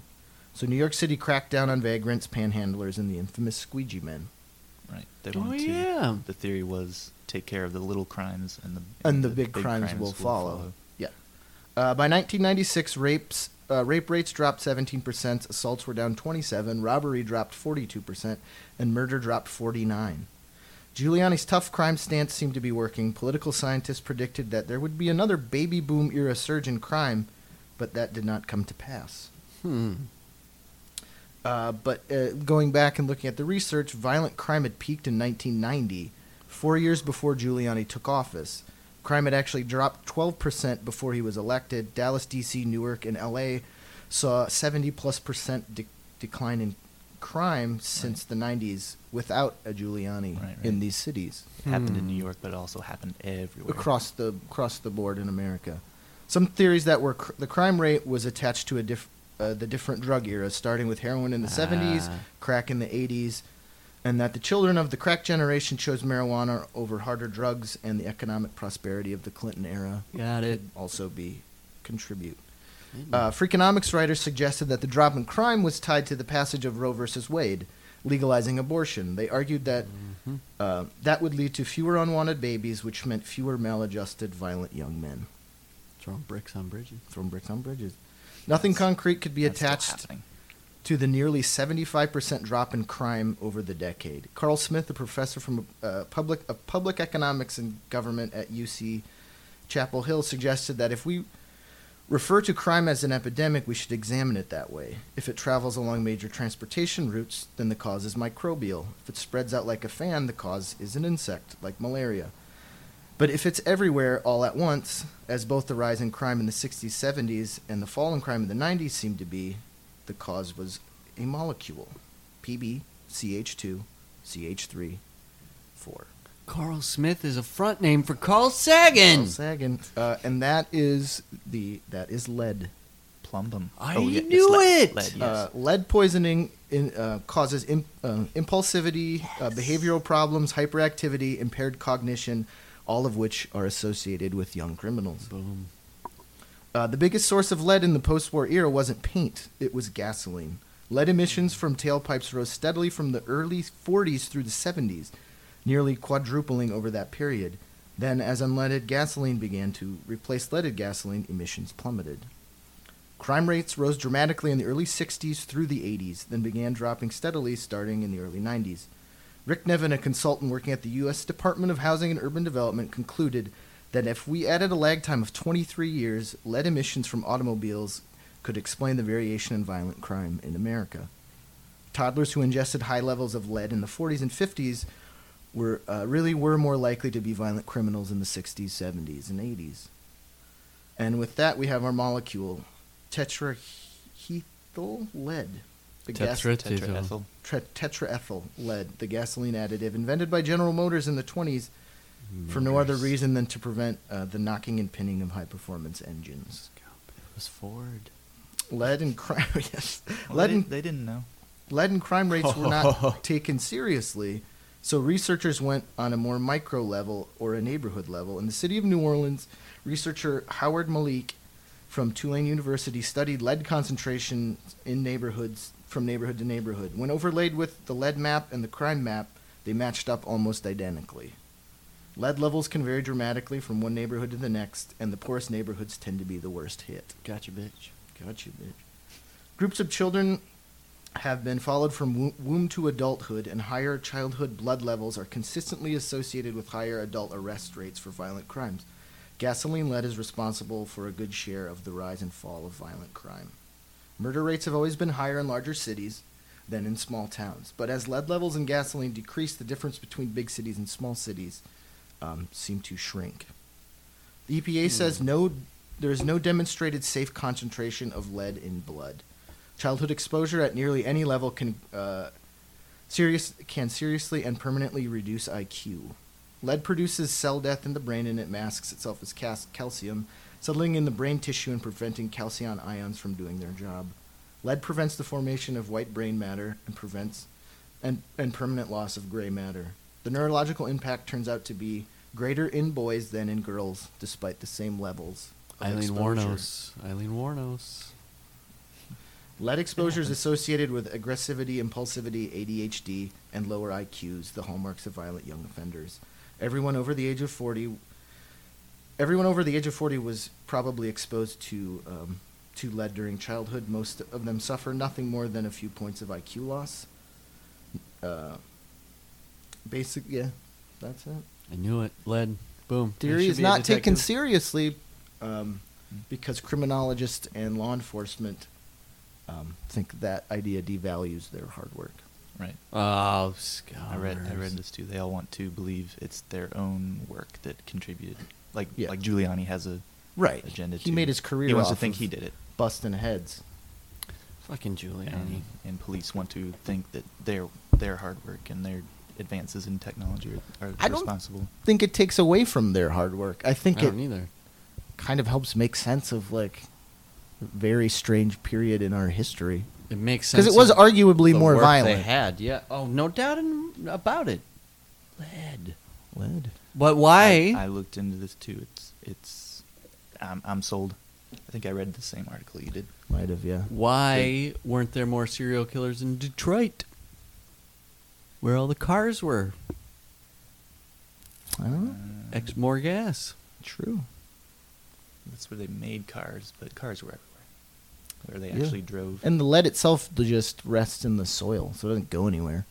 So New York City cracked down on vagrants, panhandlers, and the infamous squeegee men. Right. They Oh, wanted to- yeah. The theory was take care of the little crimes and the and the, big, crimes, will, follow. Yeah. Uh, by 1996, rapes uh, rape rates dropped 17 percent, assaults were down 27, robbery dropped 42 percent, and murder dropped 49. Giuliani's tough crime stance seemed to be working. Political scientists predicted that there would be another baby boom era surge in crime, but that did not come to pass. Hmm. Uh, but uh, going back and looking at the research, violent crime had peaked in 1990, four years before Giuliani took office. Crime had actually dropped 12% before he was elected. Dallas, D.C., Newark, and L.A. saw 70 plus percent de- decline in crime since the 90s without a Giuliani Right, right. in these cities It happened in Hmm. New York, but it also happened everywhere. across the across the board in America. Some theories that were cr- the crime rate was attached to a diff, uh, the different drug eras, starting with heroin in the 70s, Ah. crack in the 80s, and that the children of the crack generation chose marijuana over harder drugs, and the economic prosperity of the Clinton era Got it. could also be contribute. Uh, Freakonomics writers suggested that the drop in crime was tied to the passage of Roe versus Wade, legalizing abortion. They argued that uh, that would lead to fewer unwanted babies, which meant fewer maladjusted, violent young men. Throwing bricks on bridges. From bricks on bridges. Nothing concrete could be That's still attached happening. to the nearly 75% drop in crime over the decade. Carl Smith, a professor from uh, public of public economics and government at UC Chapel Hill, suggested that if we refer to crime as an epidemic, we should examine it that way. If it travels along major transportation routes, then the cause is microbial. If it spreads out like a fan, the cause is an insect, like malaria. But if it's everywhere all at once, as both the rise in crime in the 60s, 70s, and the fall in crime in the 90s seemed to be, the cause was a molecule PB, CH2, CH3, 4. Carl Smith is a front name for Carl Sagan. Carl Sagan. Uh, and that is the that is lead. Plumbum. I yes, knew Oh, lead- it! lead, yes. Uh, lead poisoning in, uh, causes imp- uh, impulsivity, uh, behavioral problems, hyperactivity, impaired cognition, all of which are associated with young criminals. Boom. Uh, the biggest source of lead in the post war era wasn't paint, it was gasoline. Lead emissions from tailpipes rose steadily from the early 40s through the 70s, nearly quadrupling over that period. Then, as unleaded gasoline began to replace leaded gasoline, emissions plummeted. Crime rates rose dramatically in the early 60s through the 80s, then began dropping steadily starting in the early 90s. Rick Nevin, a consultant working at the U.S. Department of Housing and Urban Development, concluded that if we added a lag time of 23 years, lead emissions from automobiles could explain the variation in violent crime in America. Toddlers who ingested high levels of lead in the 40s and 50s were uh, really were more likely to be violent criminals in the 60s, 70s, and 80s. And with that, we have our molecule tetraethyl lead. The gas- Tetraethyl. tre- tetraethyl lead, the gasoline additive invented by General Motors in the 20s for no other reason than to prevent uh, the knocking and pinning of high performance engines. It was Ford. Lead and crime, yes. Well, lead, they, and, they didn't know. lead and crime rates were not taken seriously, so researchers went on a more micro level or a neighborhood level. In the city of New Orleans, researcher Howard Malik from Tulane University studied lead concentration in neighborhoods from neighborhood to neighborhood. When overlaid with the lead map and the crime map, they matched up almost identically. Lead levels can vary dramatically from one neighborhood to the next, and the poorest neighborhoods tend to be the worst hit. Gotcha, bitch. Gotcha, bitch. Groups of children have been followed from wo- womb to adulthood, and higher childhood blood levels are consistently associated with higher adult arrest rates for violent crimes. Gasoline lead is responsible for a good share of the rise and fall of violent crime. Murder rates have always been higher in larger cities than in small towns, but as lead levels in gasoline decrease, the difference between big cities and small cities um, seem to shrink. The EPA says no, there is no demonstrated safe concentration of lead in blood. Childhood exposure at nearly any level can uh, serious can seriously and permanently reduce IQ. Lead produces cell death in the brain, and it masks itself as cas- calcium, settling in the brain tissue and preventing calcium ions from doing their job. Lead prevents the formation of white brain matter and prevents and, and permanent loss of gray matter. The neurological impact turns out to be greater in boys than in girls, despite the same levels. of Eileen exposure. Warnos. Eileen Warnos. Lead exposure is associated with aggressivity, impulsivity, ADHD, and lower IQs, the hallmarks of violent young offenders. Everyone over the age of 40 everyone over the age of 40 was probably exposed to um, to lead during childhood. Most of them suffer nothing more than a few points of IQ loss. Uh, basic yeah, that's it I knew it. Lead. Boom. I theory should is be a not taken detective. seriously um, because criminologists and law enforcement um, think that idea devalues their hard work. Right. Oh, scum. I read I read this too. They all want to believe it's their own work that contributed. Like Yeah. like Giuliani has a Right. agenda. He too. made his career He wants off to think of- he did it, Busting heads. Fucking Giuliani. and, and police want to think that their their hard work and their advances in technology are, are I don't- responsible. Think it takes away from their hard work. I think I don't it either. kind of helps make sense of like very strange period in our history It makes sense because it was of arguably the more work They violent. had, yeah. Oh, no doubt in, about it. Lead. Lead. But why? I, I looked into this too. It's it's I'm I'm sold. I think I read the same article you did. Might have, yeah. why weren't there more serial killers in Detroit, where all the cars were? I don't know. Uh, X more gas. True. that's where they made cars, but cars were everywhere. Where they Yeah. actually drove. And the lead itself just rests in the soil, so it doesn't go anywhere.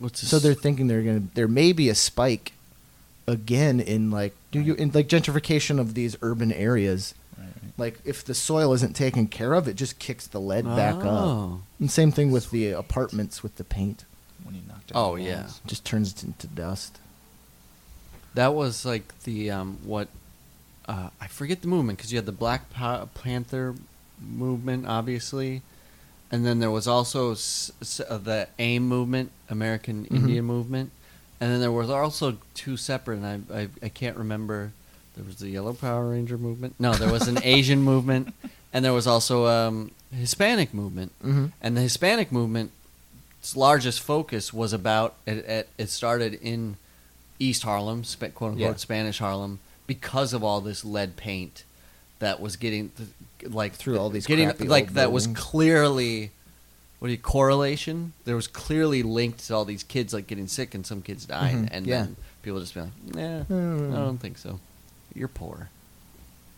What's So they're thinking they're gonna there may be a spike again in like do you in like gentrification of these urban areas. right, right. Like if the soil isn't taken care of, it just kicks the lead back up. Oh. And same thing with the apartments with the paint, When you knocked out. Oh, the yeah. walls. It just turns it into dust. That was like the um, what uh, I forget the movement because you had the Black Pa- Panther movement, obviously, and then there was also s- s- uh, the AIM movement, American Indian movement, and then there was also two separate, and I, I I can't remember. There was the Yellow Power Ranger movement. No, there was an Asian movement, and there was also um, Hispanic movement. Mm-hmm. And the Hispanic movement, its largest focus was about it. It, it started in East Harlem, spa- quote unquote Yeah. Spanish Harlem, because of all this lead paint that was getting th- like Through all these getting crappy like old that was buildings. clearly what do you correlation? There was clearly linked to all these kids like getting sick and some kids died, Mhm, and yeah. then people just be like, "Yeah, Mm. I don't think so. You're poor,"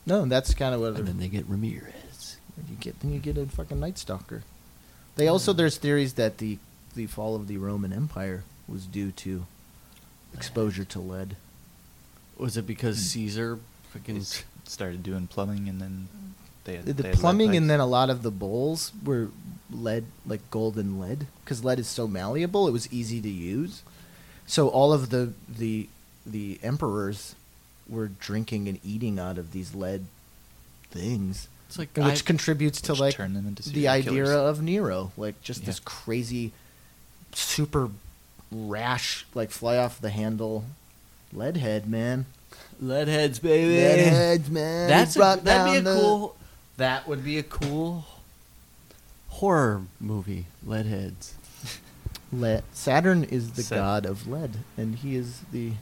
No, that's kind of what. and then they get Ramirez. You get then you get a fucking night stalker. They also there's theories that the the fall of the Roman Empire was due to exposure to lead. Was it because Caesar They freaking? s- started doing plumbing and then they had The they had lead plumbing and pipes. then a lot of the bowls were lead, like gold and lead, because lead is so malleable. It was easy to use, so all of the the the emperors were drinking and eating out of these lead things, It's like which I- contributes to Which like turned them into the serial idea killers. of Nero, like just Yeah. this crazy, super rash, like fly off the handle, leadhead man, Leadheads, baby. leadheads man. That's a, He brought that'd be a down the- cool. That would be a cool horror movie. Leadheads. Lead. Saturn is the Sat- god of lead, and he is the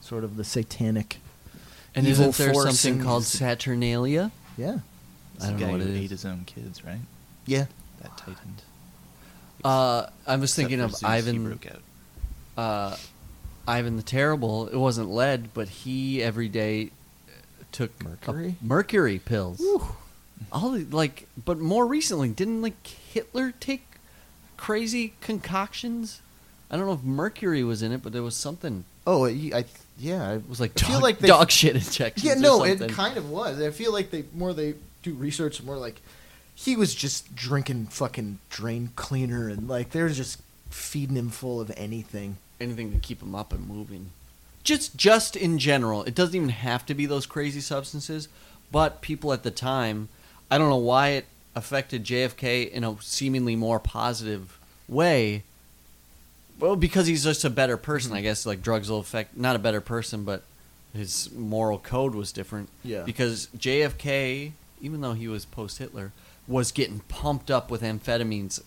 sort of the satanic. And Evil isn't there force something and- called Saturnalia? Yeah, It's I the don't know guy what who it ate is. his own kids, right? yeah. That tightened. Uh, I was thinking of Zeus, He Ivan, broke out. uh, Ivan the Terrible. It wasn't lead, but he every day uh, took a- Mercury? mercury pills. All the, like, but more recently, didn't like Hitler take crazy concoctions? I don't know if mercury was in it, but there was something Oh, y- I th- yeah. I It was like I dog, feel like they- dog shit injections. Yeah, no, or it something. kind of was. I feel like they more they do research, the more like he was just drinking fucking drain cleaner, and like they were just feeding him full of anything. anything to keep them up and moving. Just just in general, it doesn't even have to be those crazy substances, but people at the time, I don't know why it affected JFK in a seemingly more positive way. Well, because he's just a better person, I guess. Like drugs will affect not a better person, but his moral code was different. Yeah. Because JFK, even though he was post Hitler, was getting pumped up with amphetamines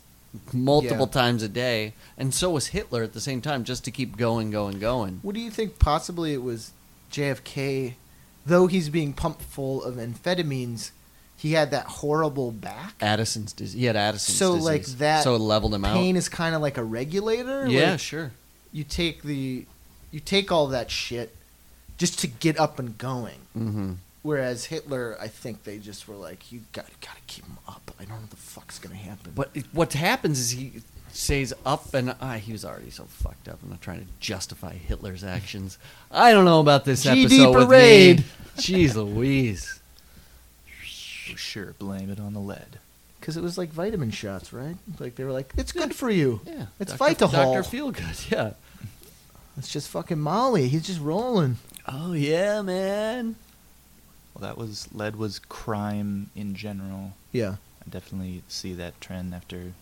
multiple Yeah. times a day, and so was Hitler at the same time, just to keep going, going, going. What do you think? Possibly it was JFK, though he's being pumped full of amphetamines. He had that horrible back. Addison's disease. He had Addison's so disease. like that So it leveled him pain out. is kind of like a regulator Yeah, like, sure. you take the you take all that shit just to get up and going Mm-hmm. whereas hitler i think they just were like you gotta gotta keep him up i don't know what the fuck's gonna happen But it, what happens is he stays up and ah, he was already so fucked up. I'm not trying to justify Hitler's actions. I don't know about this GD episode parade. with me. Jeez Louise. For Oh, sure, blame it on the lead. because it was like vitamin shots right like they were like it's good for you Yeah, it's Dr. vital Doctor Feelgood. Yeah. it's just fucking molly he's just rolling Oh yeah, man. Well, that was lead was crime in general. yeah I definitely see that trend after.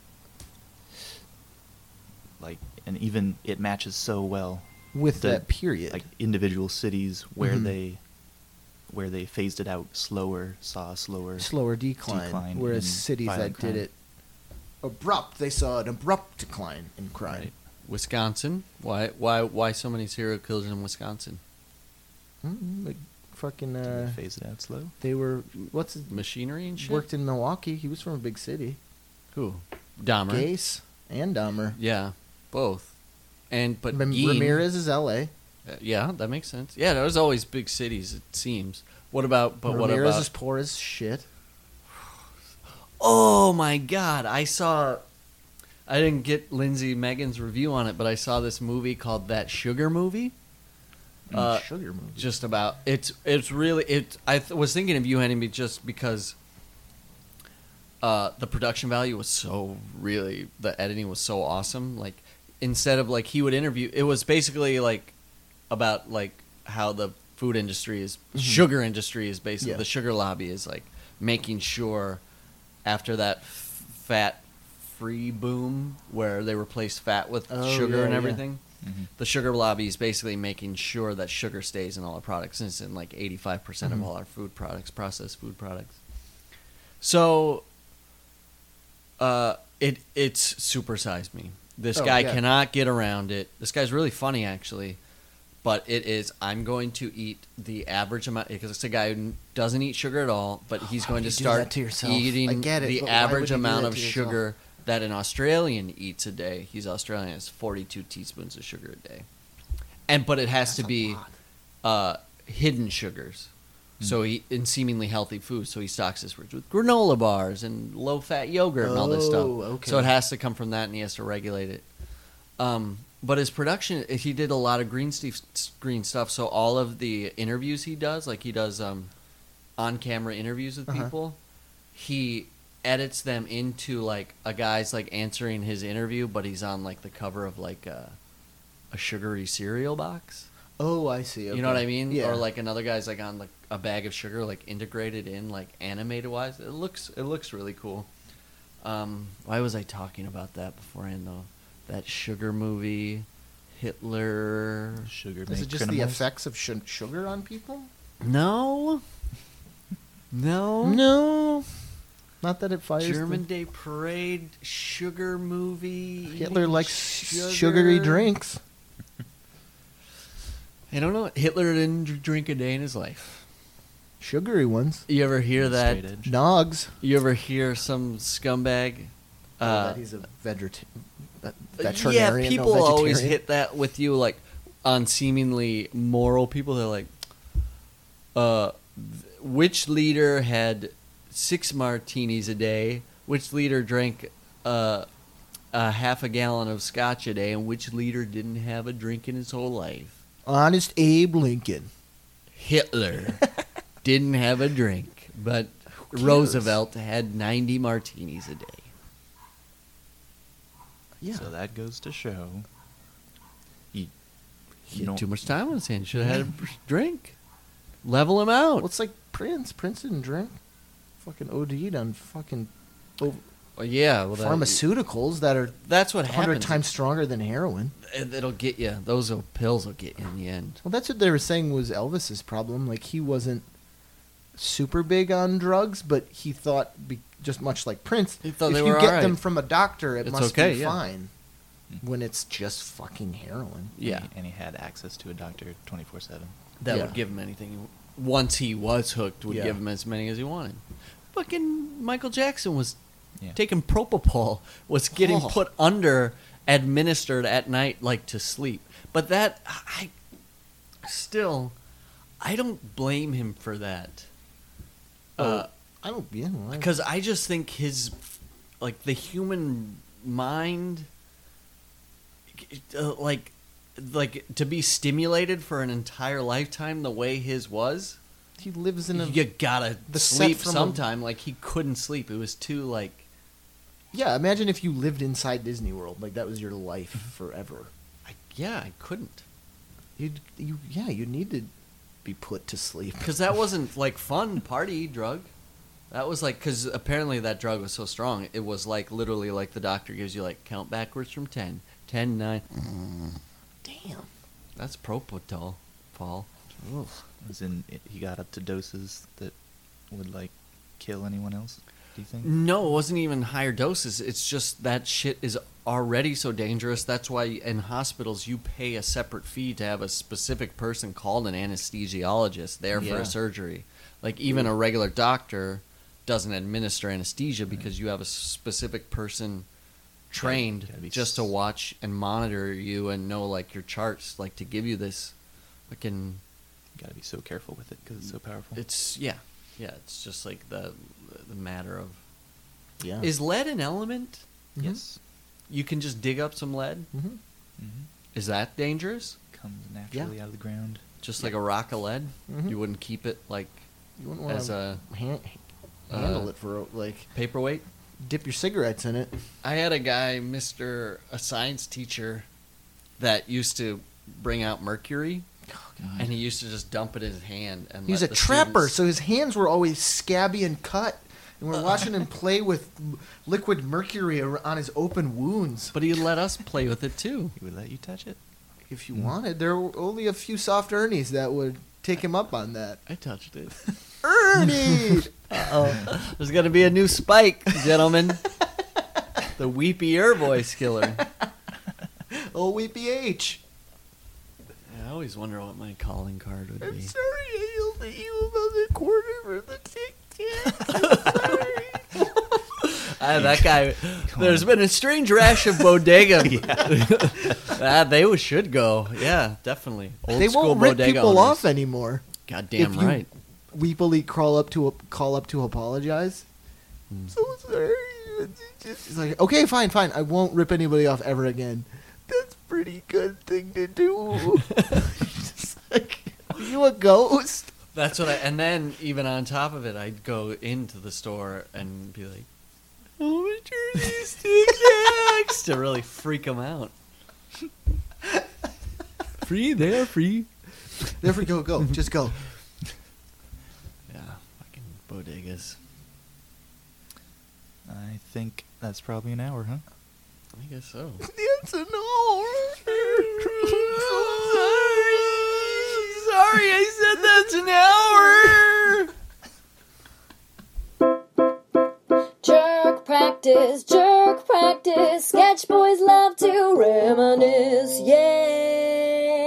Like, and even it matches so well with The- that period like individual cities where Mhm. they where they phased it out slower, saw a slower. slower decline, Decline whereas in cities that violent did crime. it abrupt, they saw an abrupt decline in crime. Right. Wisconsin. Why? Why? Why so many serial killers in Wisconsin? Mm, like fucking, did they uh, phase it out slow. they were what's his, Machinery and shit. worked in Milwaukee. He was from a big city. Who? Dahmer. Gase and Dahmer. Yeah, both. And but Ram- Gein- Ramirez is L.A. uh, yeah, that makes sense. Yeah, there's always big cities. It seems. What about? But Ramirez what about? is poor as shit. Oh my god, I saw I didn't get Lindsay Megan's review on it, but I saw this movie called That Sugar Movie. Uh, sugar movie. Just about it's it's really it. I th- was thinking of you, Enemy, just because uh, the production value was so really the editing was so awesome. Like instead of like he would interview, it was basically like about like how the food industry is sugar industry is basically Yeah. the sugar lobby is like making sure after that f- fat free boom where they replaced fat with Oh, sugar yeah, and yeah. everything Mhm. the sugar lobby is basically making sure that sugar stays in all our products and it's in like 85% percent Mm-hmm. of all our food products processed food products so uh, it it's supersized me this Oh, guy yeah. cannot get around it this guy's really funny actually but it is i'm going to eat the average amount because it's a guy who doesn't eat sugar at all but he's Why going to would Oh, you do start that to yourself? eating I get it, the but why would you average do amount that of to yourself? sugar that an australian eats a day he's australian it's 42 teaspoons of sugar a day and but it has That's to a be lot. uh, hidden sugars. Hmm. So he in seemingly healthy food. So he stocks his fridge with granola bars and low fat yogurt and all this stuff. Oh, okay. So it has to come from that, and he has to regulate it. Um, but his production, he did a lot of green Steve green stuff. So all of the interviews he does, like he does um, on camera interviews with Uh-huh. people, he edits them into like a guy's like answering his interview, but he's on like the cover of like a, a sugary cereal box. Oh, I see. Okay. You know what I mean? Yeah. Or like another guy's like on like a bag of sugar, like integrated in, like animated wise. It looks it looks really cool. Um, why was I talking about that beforehand though? That sugar movie, Hitler. Sugar. is made it just the criminals. effects of sh- sugar on people? No. No. No, not that it fires. German the- Day Parade sugar movie. Hitler eating likes sugary sugar. drinks. I don't know. Hitler didn't dr- drink a day in his life. Sugary ones. You ever hear that? Straight edge. Nogs. You ever hear some scumbag? Oh, Uh, that he's a veget- a yeah, veterinarian. no people always vegetarian. hit that with you, like on seemingly moral people. They're like, uh, th- which leader had six martinis a day? Which leader drank uh, a half a gallon of scotch a day? And which leader didn't have a drink in his whole life? Honest Abe Lincoln. Hitler didn't have a drink, but cares? Roosevelt had 90 martinis a day. Yeah. So that goes to show. You, He you had don't, too much time on his hands. Should have had a drink. Level him out. well, it's like Prince. Prince didn't drink. Fucking OD'd on fucking over- Well, yeah, well, that- pharmaceuticals that are That's what hundred happens. times stronger than heroin. It- It'll get you. Those will- pills will get you in the end. Well, that's what they were saying was Elvis's problem. Like he wasn't super big on drugs, but he thought be, just much like Prince, He thought if they you were get alright. them from a doctor, it It's must okay, be yeah. Mm-hmm. fine. When it's just fucking heroin. Yeah, And he had access to a doctor twenty four seven. that Yeah. would give him anything. he w- Once he was hooked, would Yeah. give him as many as he wanted. Fucking Michael Jackson was Yeah. taking propofol, was getting Oh. put under, administered at night, like to sleep. But that, I still, I don't blame him for that. Oh, Uh, I don't. Yeah, well, I- because I just think his like the human mind uh, like like to be stimulated for an entire lifetime the way his was he lives in a you gotta the set sleep from a- sometime like he couldn't sleep it was too like Yeah, imagine if you lived inside Disney World, like that was your life Mm-hmm. forever. I, yeah I couldn't You'd, you, yeah, you need to be put to sleep. because that wasn't like fun party drug that was like because apparently that drug was so strong it was like literally like the doctor gives you like count backwards from 10 10 9 Damn, that's propofol Paul It was in it- he got up to doses that would like kill anyone else. Do you think? No, it wasn't even higher doses. It's just that shit is already so dangerous. That's why in hospitals you pay a separate fee to have a specific person called an anesthesiologist there for Yeah. a surgery. Like even a regular doctor doesn't administer anesthesia because you have a specific person trained gotta be just to s- watch and monitor you and know like your charts, like to give you this fucking Got to be so careful with it because it's so powerful. it's yeah. Yeah, it's just like the the matter of Yeah. Is lead an element? yes, you can just dig up some lead. hmm hmm Is that dangerous? comes naturally out of the ground. Just like a rock of lead, Mhm. you wouldn't keep it like You wouldn't want As a- to uh, handle it for like paperweight. dip your cigarettes in it. I had a guy, Mister, a science teacher, that used to bring out mercury, and he used to just dump it in his hand. And He was let a the trapper, students- so his hands were always scabby and cut. And we're watching him play with liquid mercury ar- on his open wounds. but he let us play with it too. He would let you touch it. If you wanted, there were only a few soft Ernies that would take him up on that. I touched it. Ernie! Uh-oh. There's gonna be a new spike, gentlemen. the weepy air voice killer. Oh, weepy H. I always wonder what my calling card would be. I yelled at you about the quarter for the tic tac. Ah, that guy. Come There's on. been a strange rash of bodega. ah, they should go. Yeah, definitely. Old They school won't rip bodega people owners. off anymore. Goddamn if you- right. Weepily crawl up to call up to apologize. Hmm. So sorry. He's like, okay, fine, fine. I won't rip anybody off ever again. That's pretty good thing to do. Just like, are you a ghost? That's what I. And then even on top of it, I'd go into the store and be like, "How much are these Tic Tacs?" to really freak them out. free, they're free. There we go. Go, just go. Yeah, fucking bodegas. I think that's probably an hour, huh? I guess so. That's an horror. Sorry, I said that's an hour. Jerk practice, jerk practice. Sketch boys love to reminisce. Yeah.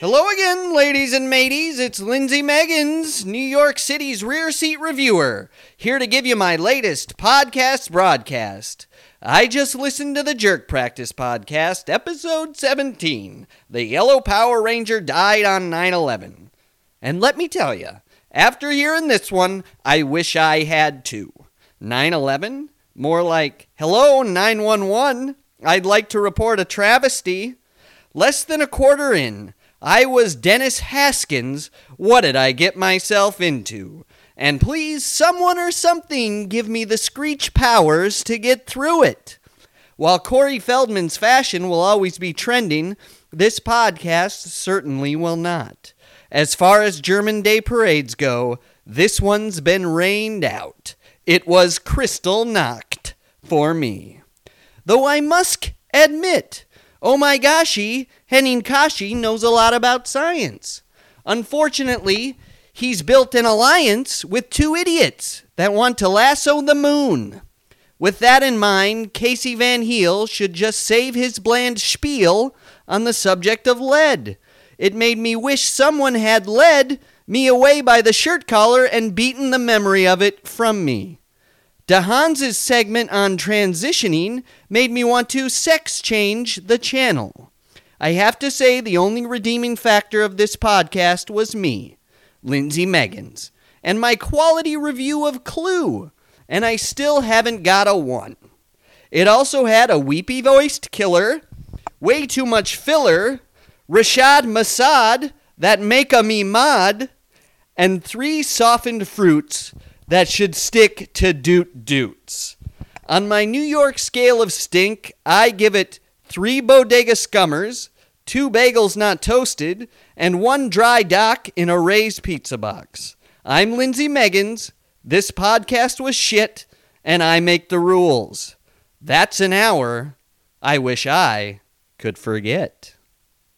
Hello again, ladies and mateys. It's Lindsay Meggins, New York City's rear seat reviewer, here to give you my latest podcast broadcast. I just listened to the Jerk Practice podcast, episode 17 The Yellow Power Ranger Died on 9 11. And let me tell you, after hearing this one, I wish I had too. 9 11? More like, hello, 911. I'd like to report a travesty. Less than a quarter in, I was Dennis Haskins. What did I get myself into? And please, someone or something give me the screech powers to get through it. While Corey Feldman's fashion will always be trending, this podcast certainly will not. As far as German Day parades go, this one's been rained out. It was crystal knocked for me. Though I must admit, oh my goshi, Henning Kashi knows a lot about science. Unfortunately, he's built an alliance with two idiots that want to lasso the moon. With that in mind, Casey Van Heel should just save his bland spiel on the subject of lead. It made me wish someone had led me away by the shirt collar and beaten the memory of it from me. DeHans's segment on transitioning made me want to sex change the channel. I have to say, the only redeeming factor of this podcast was me, Lindsay Meggins, and my quality review of Clue, and I still haven't got a one. It also had a weepy voiced killer, way too much filler, Rashad Masad, that make a me mod, and three softened fruits that should stick to doot doots. On my New York scale of stink, I give it three bodega scummers, two bagels not toasted, and one dry dock in a raised pizza box. I'm Lindsay Meggins. This podcast was shit, and I make the rules. That's an hour I wish I could forget.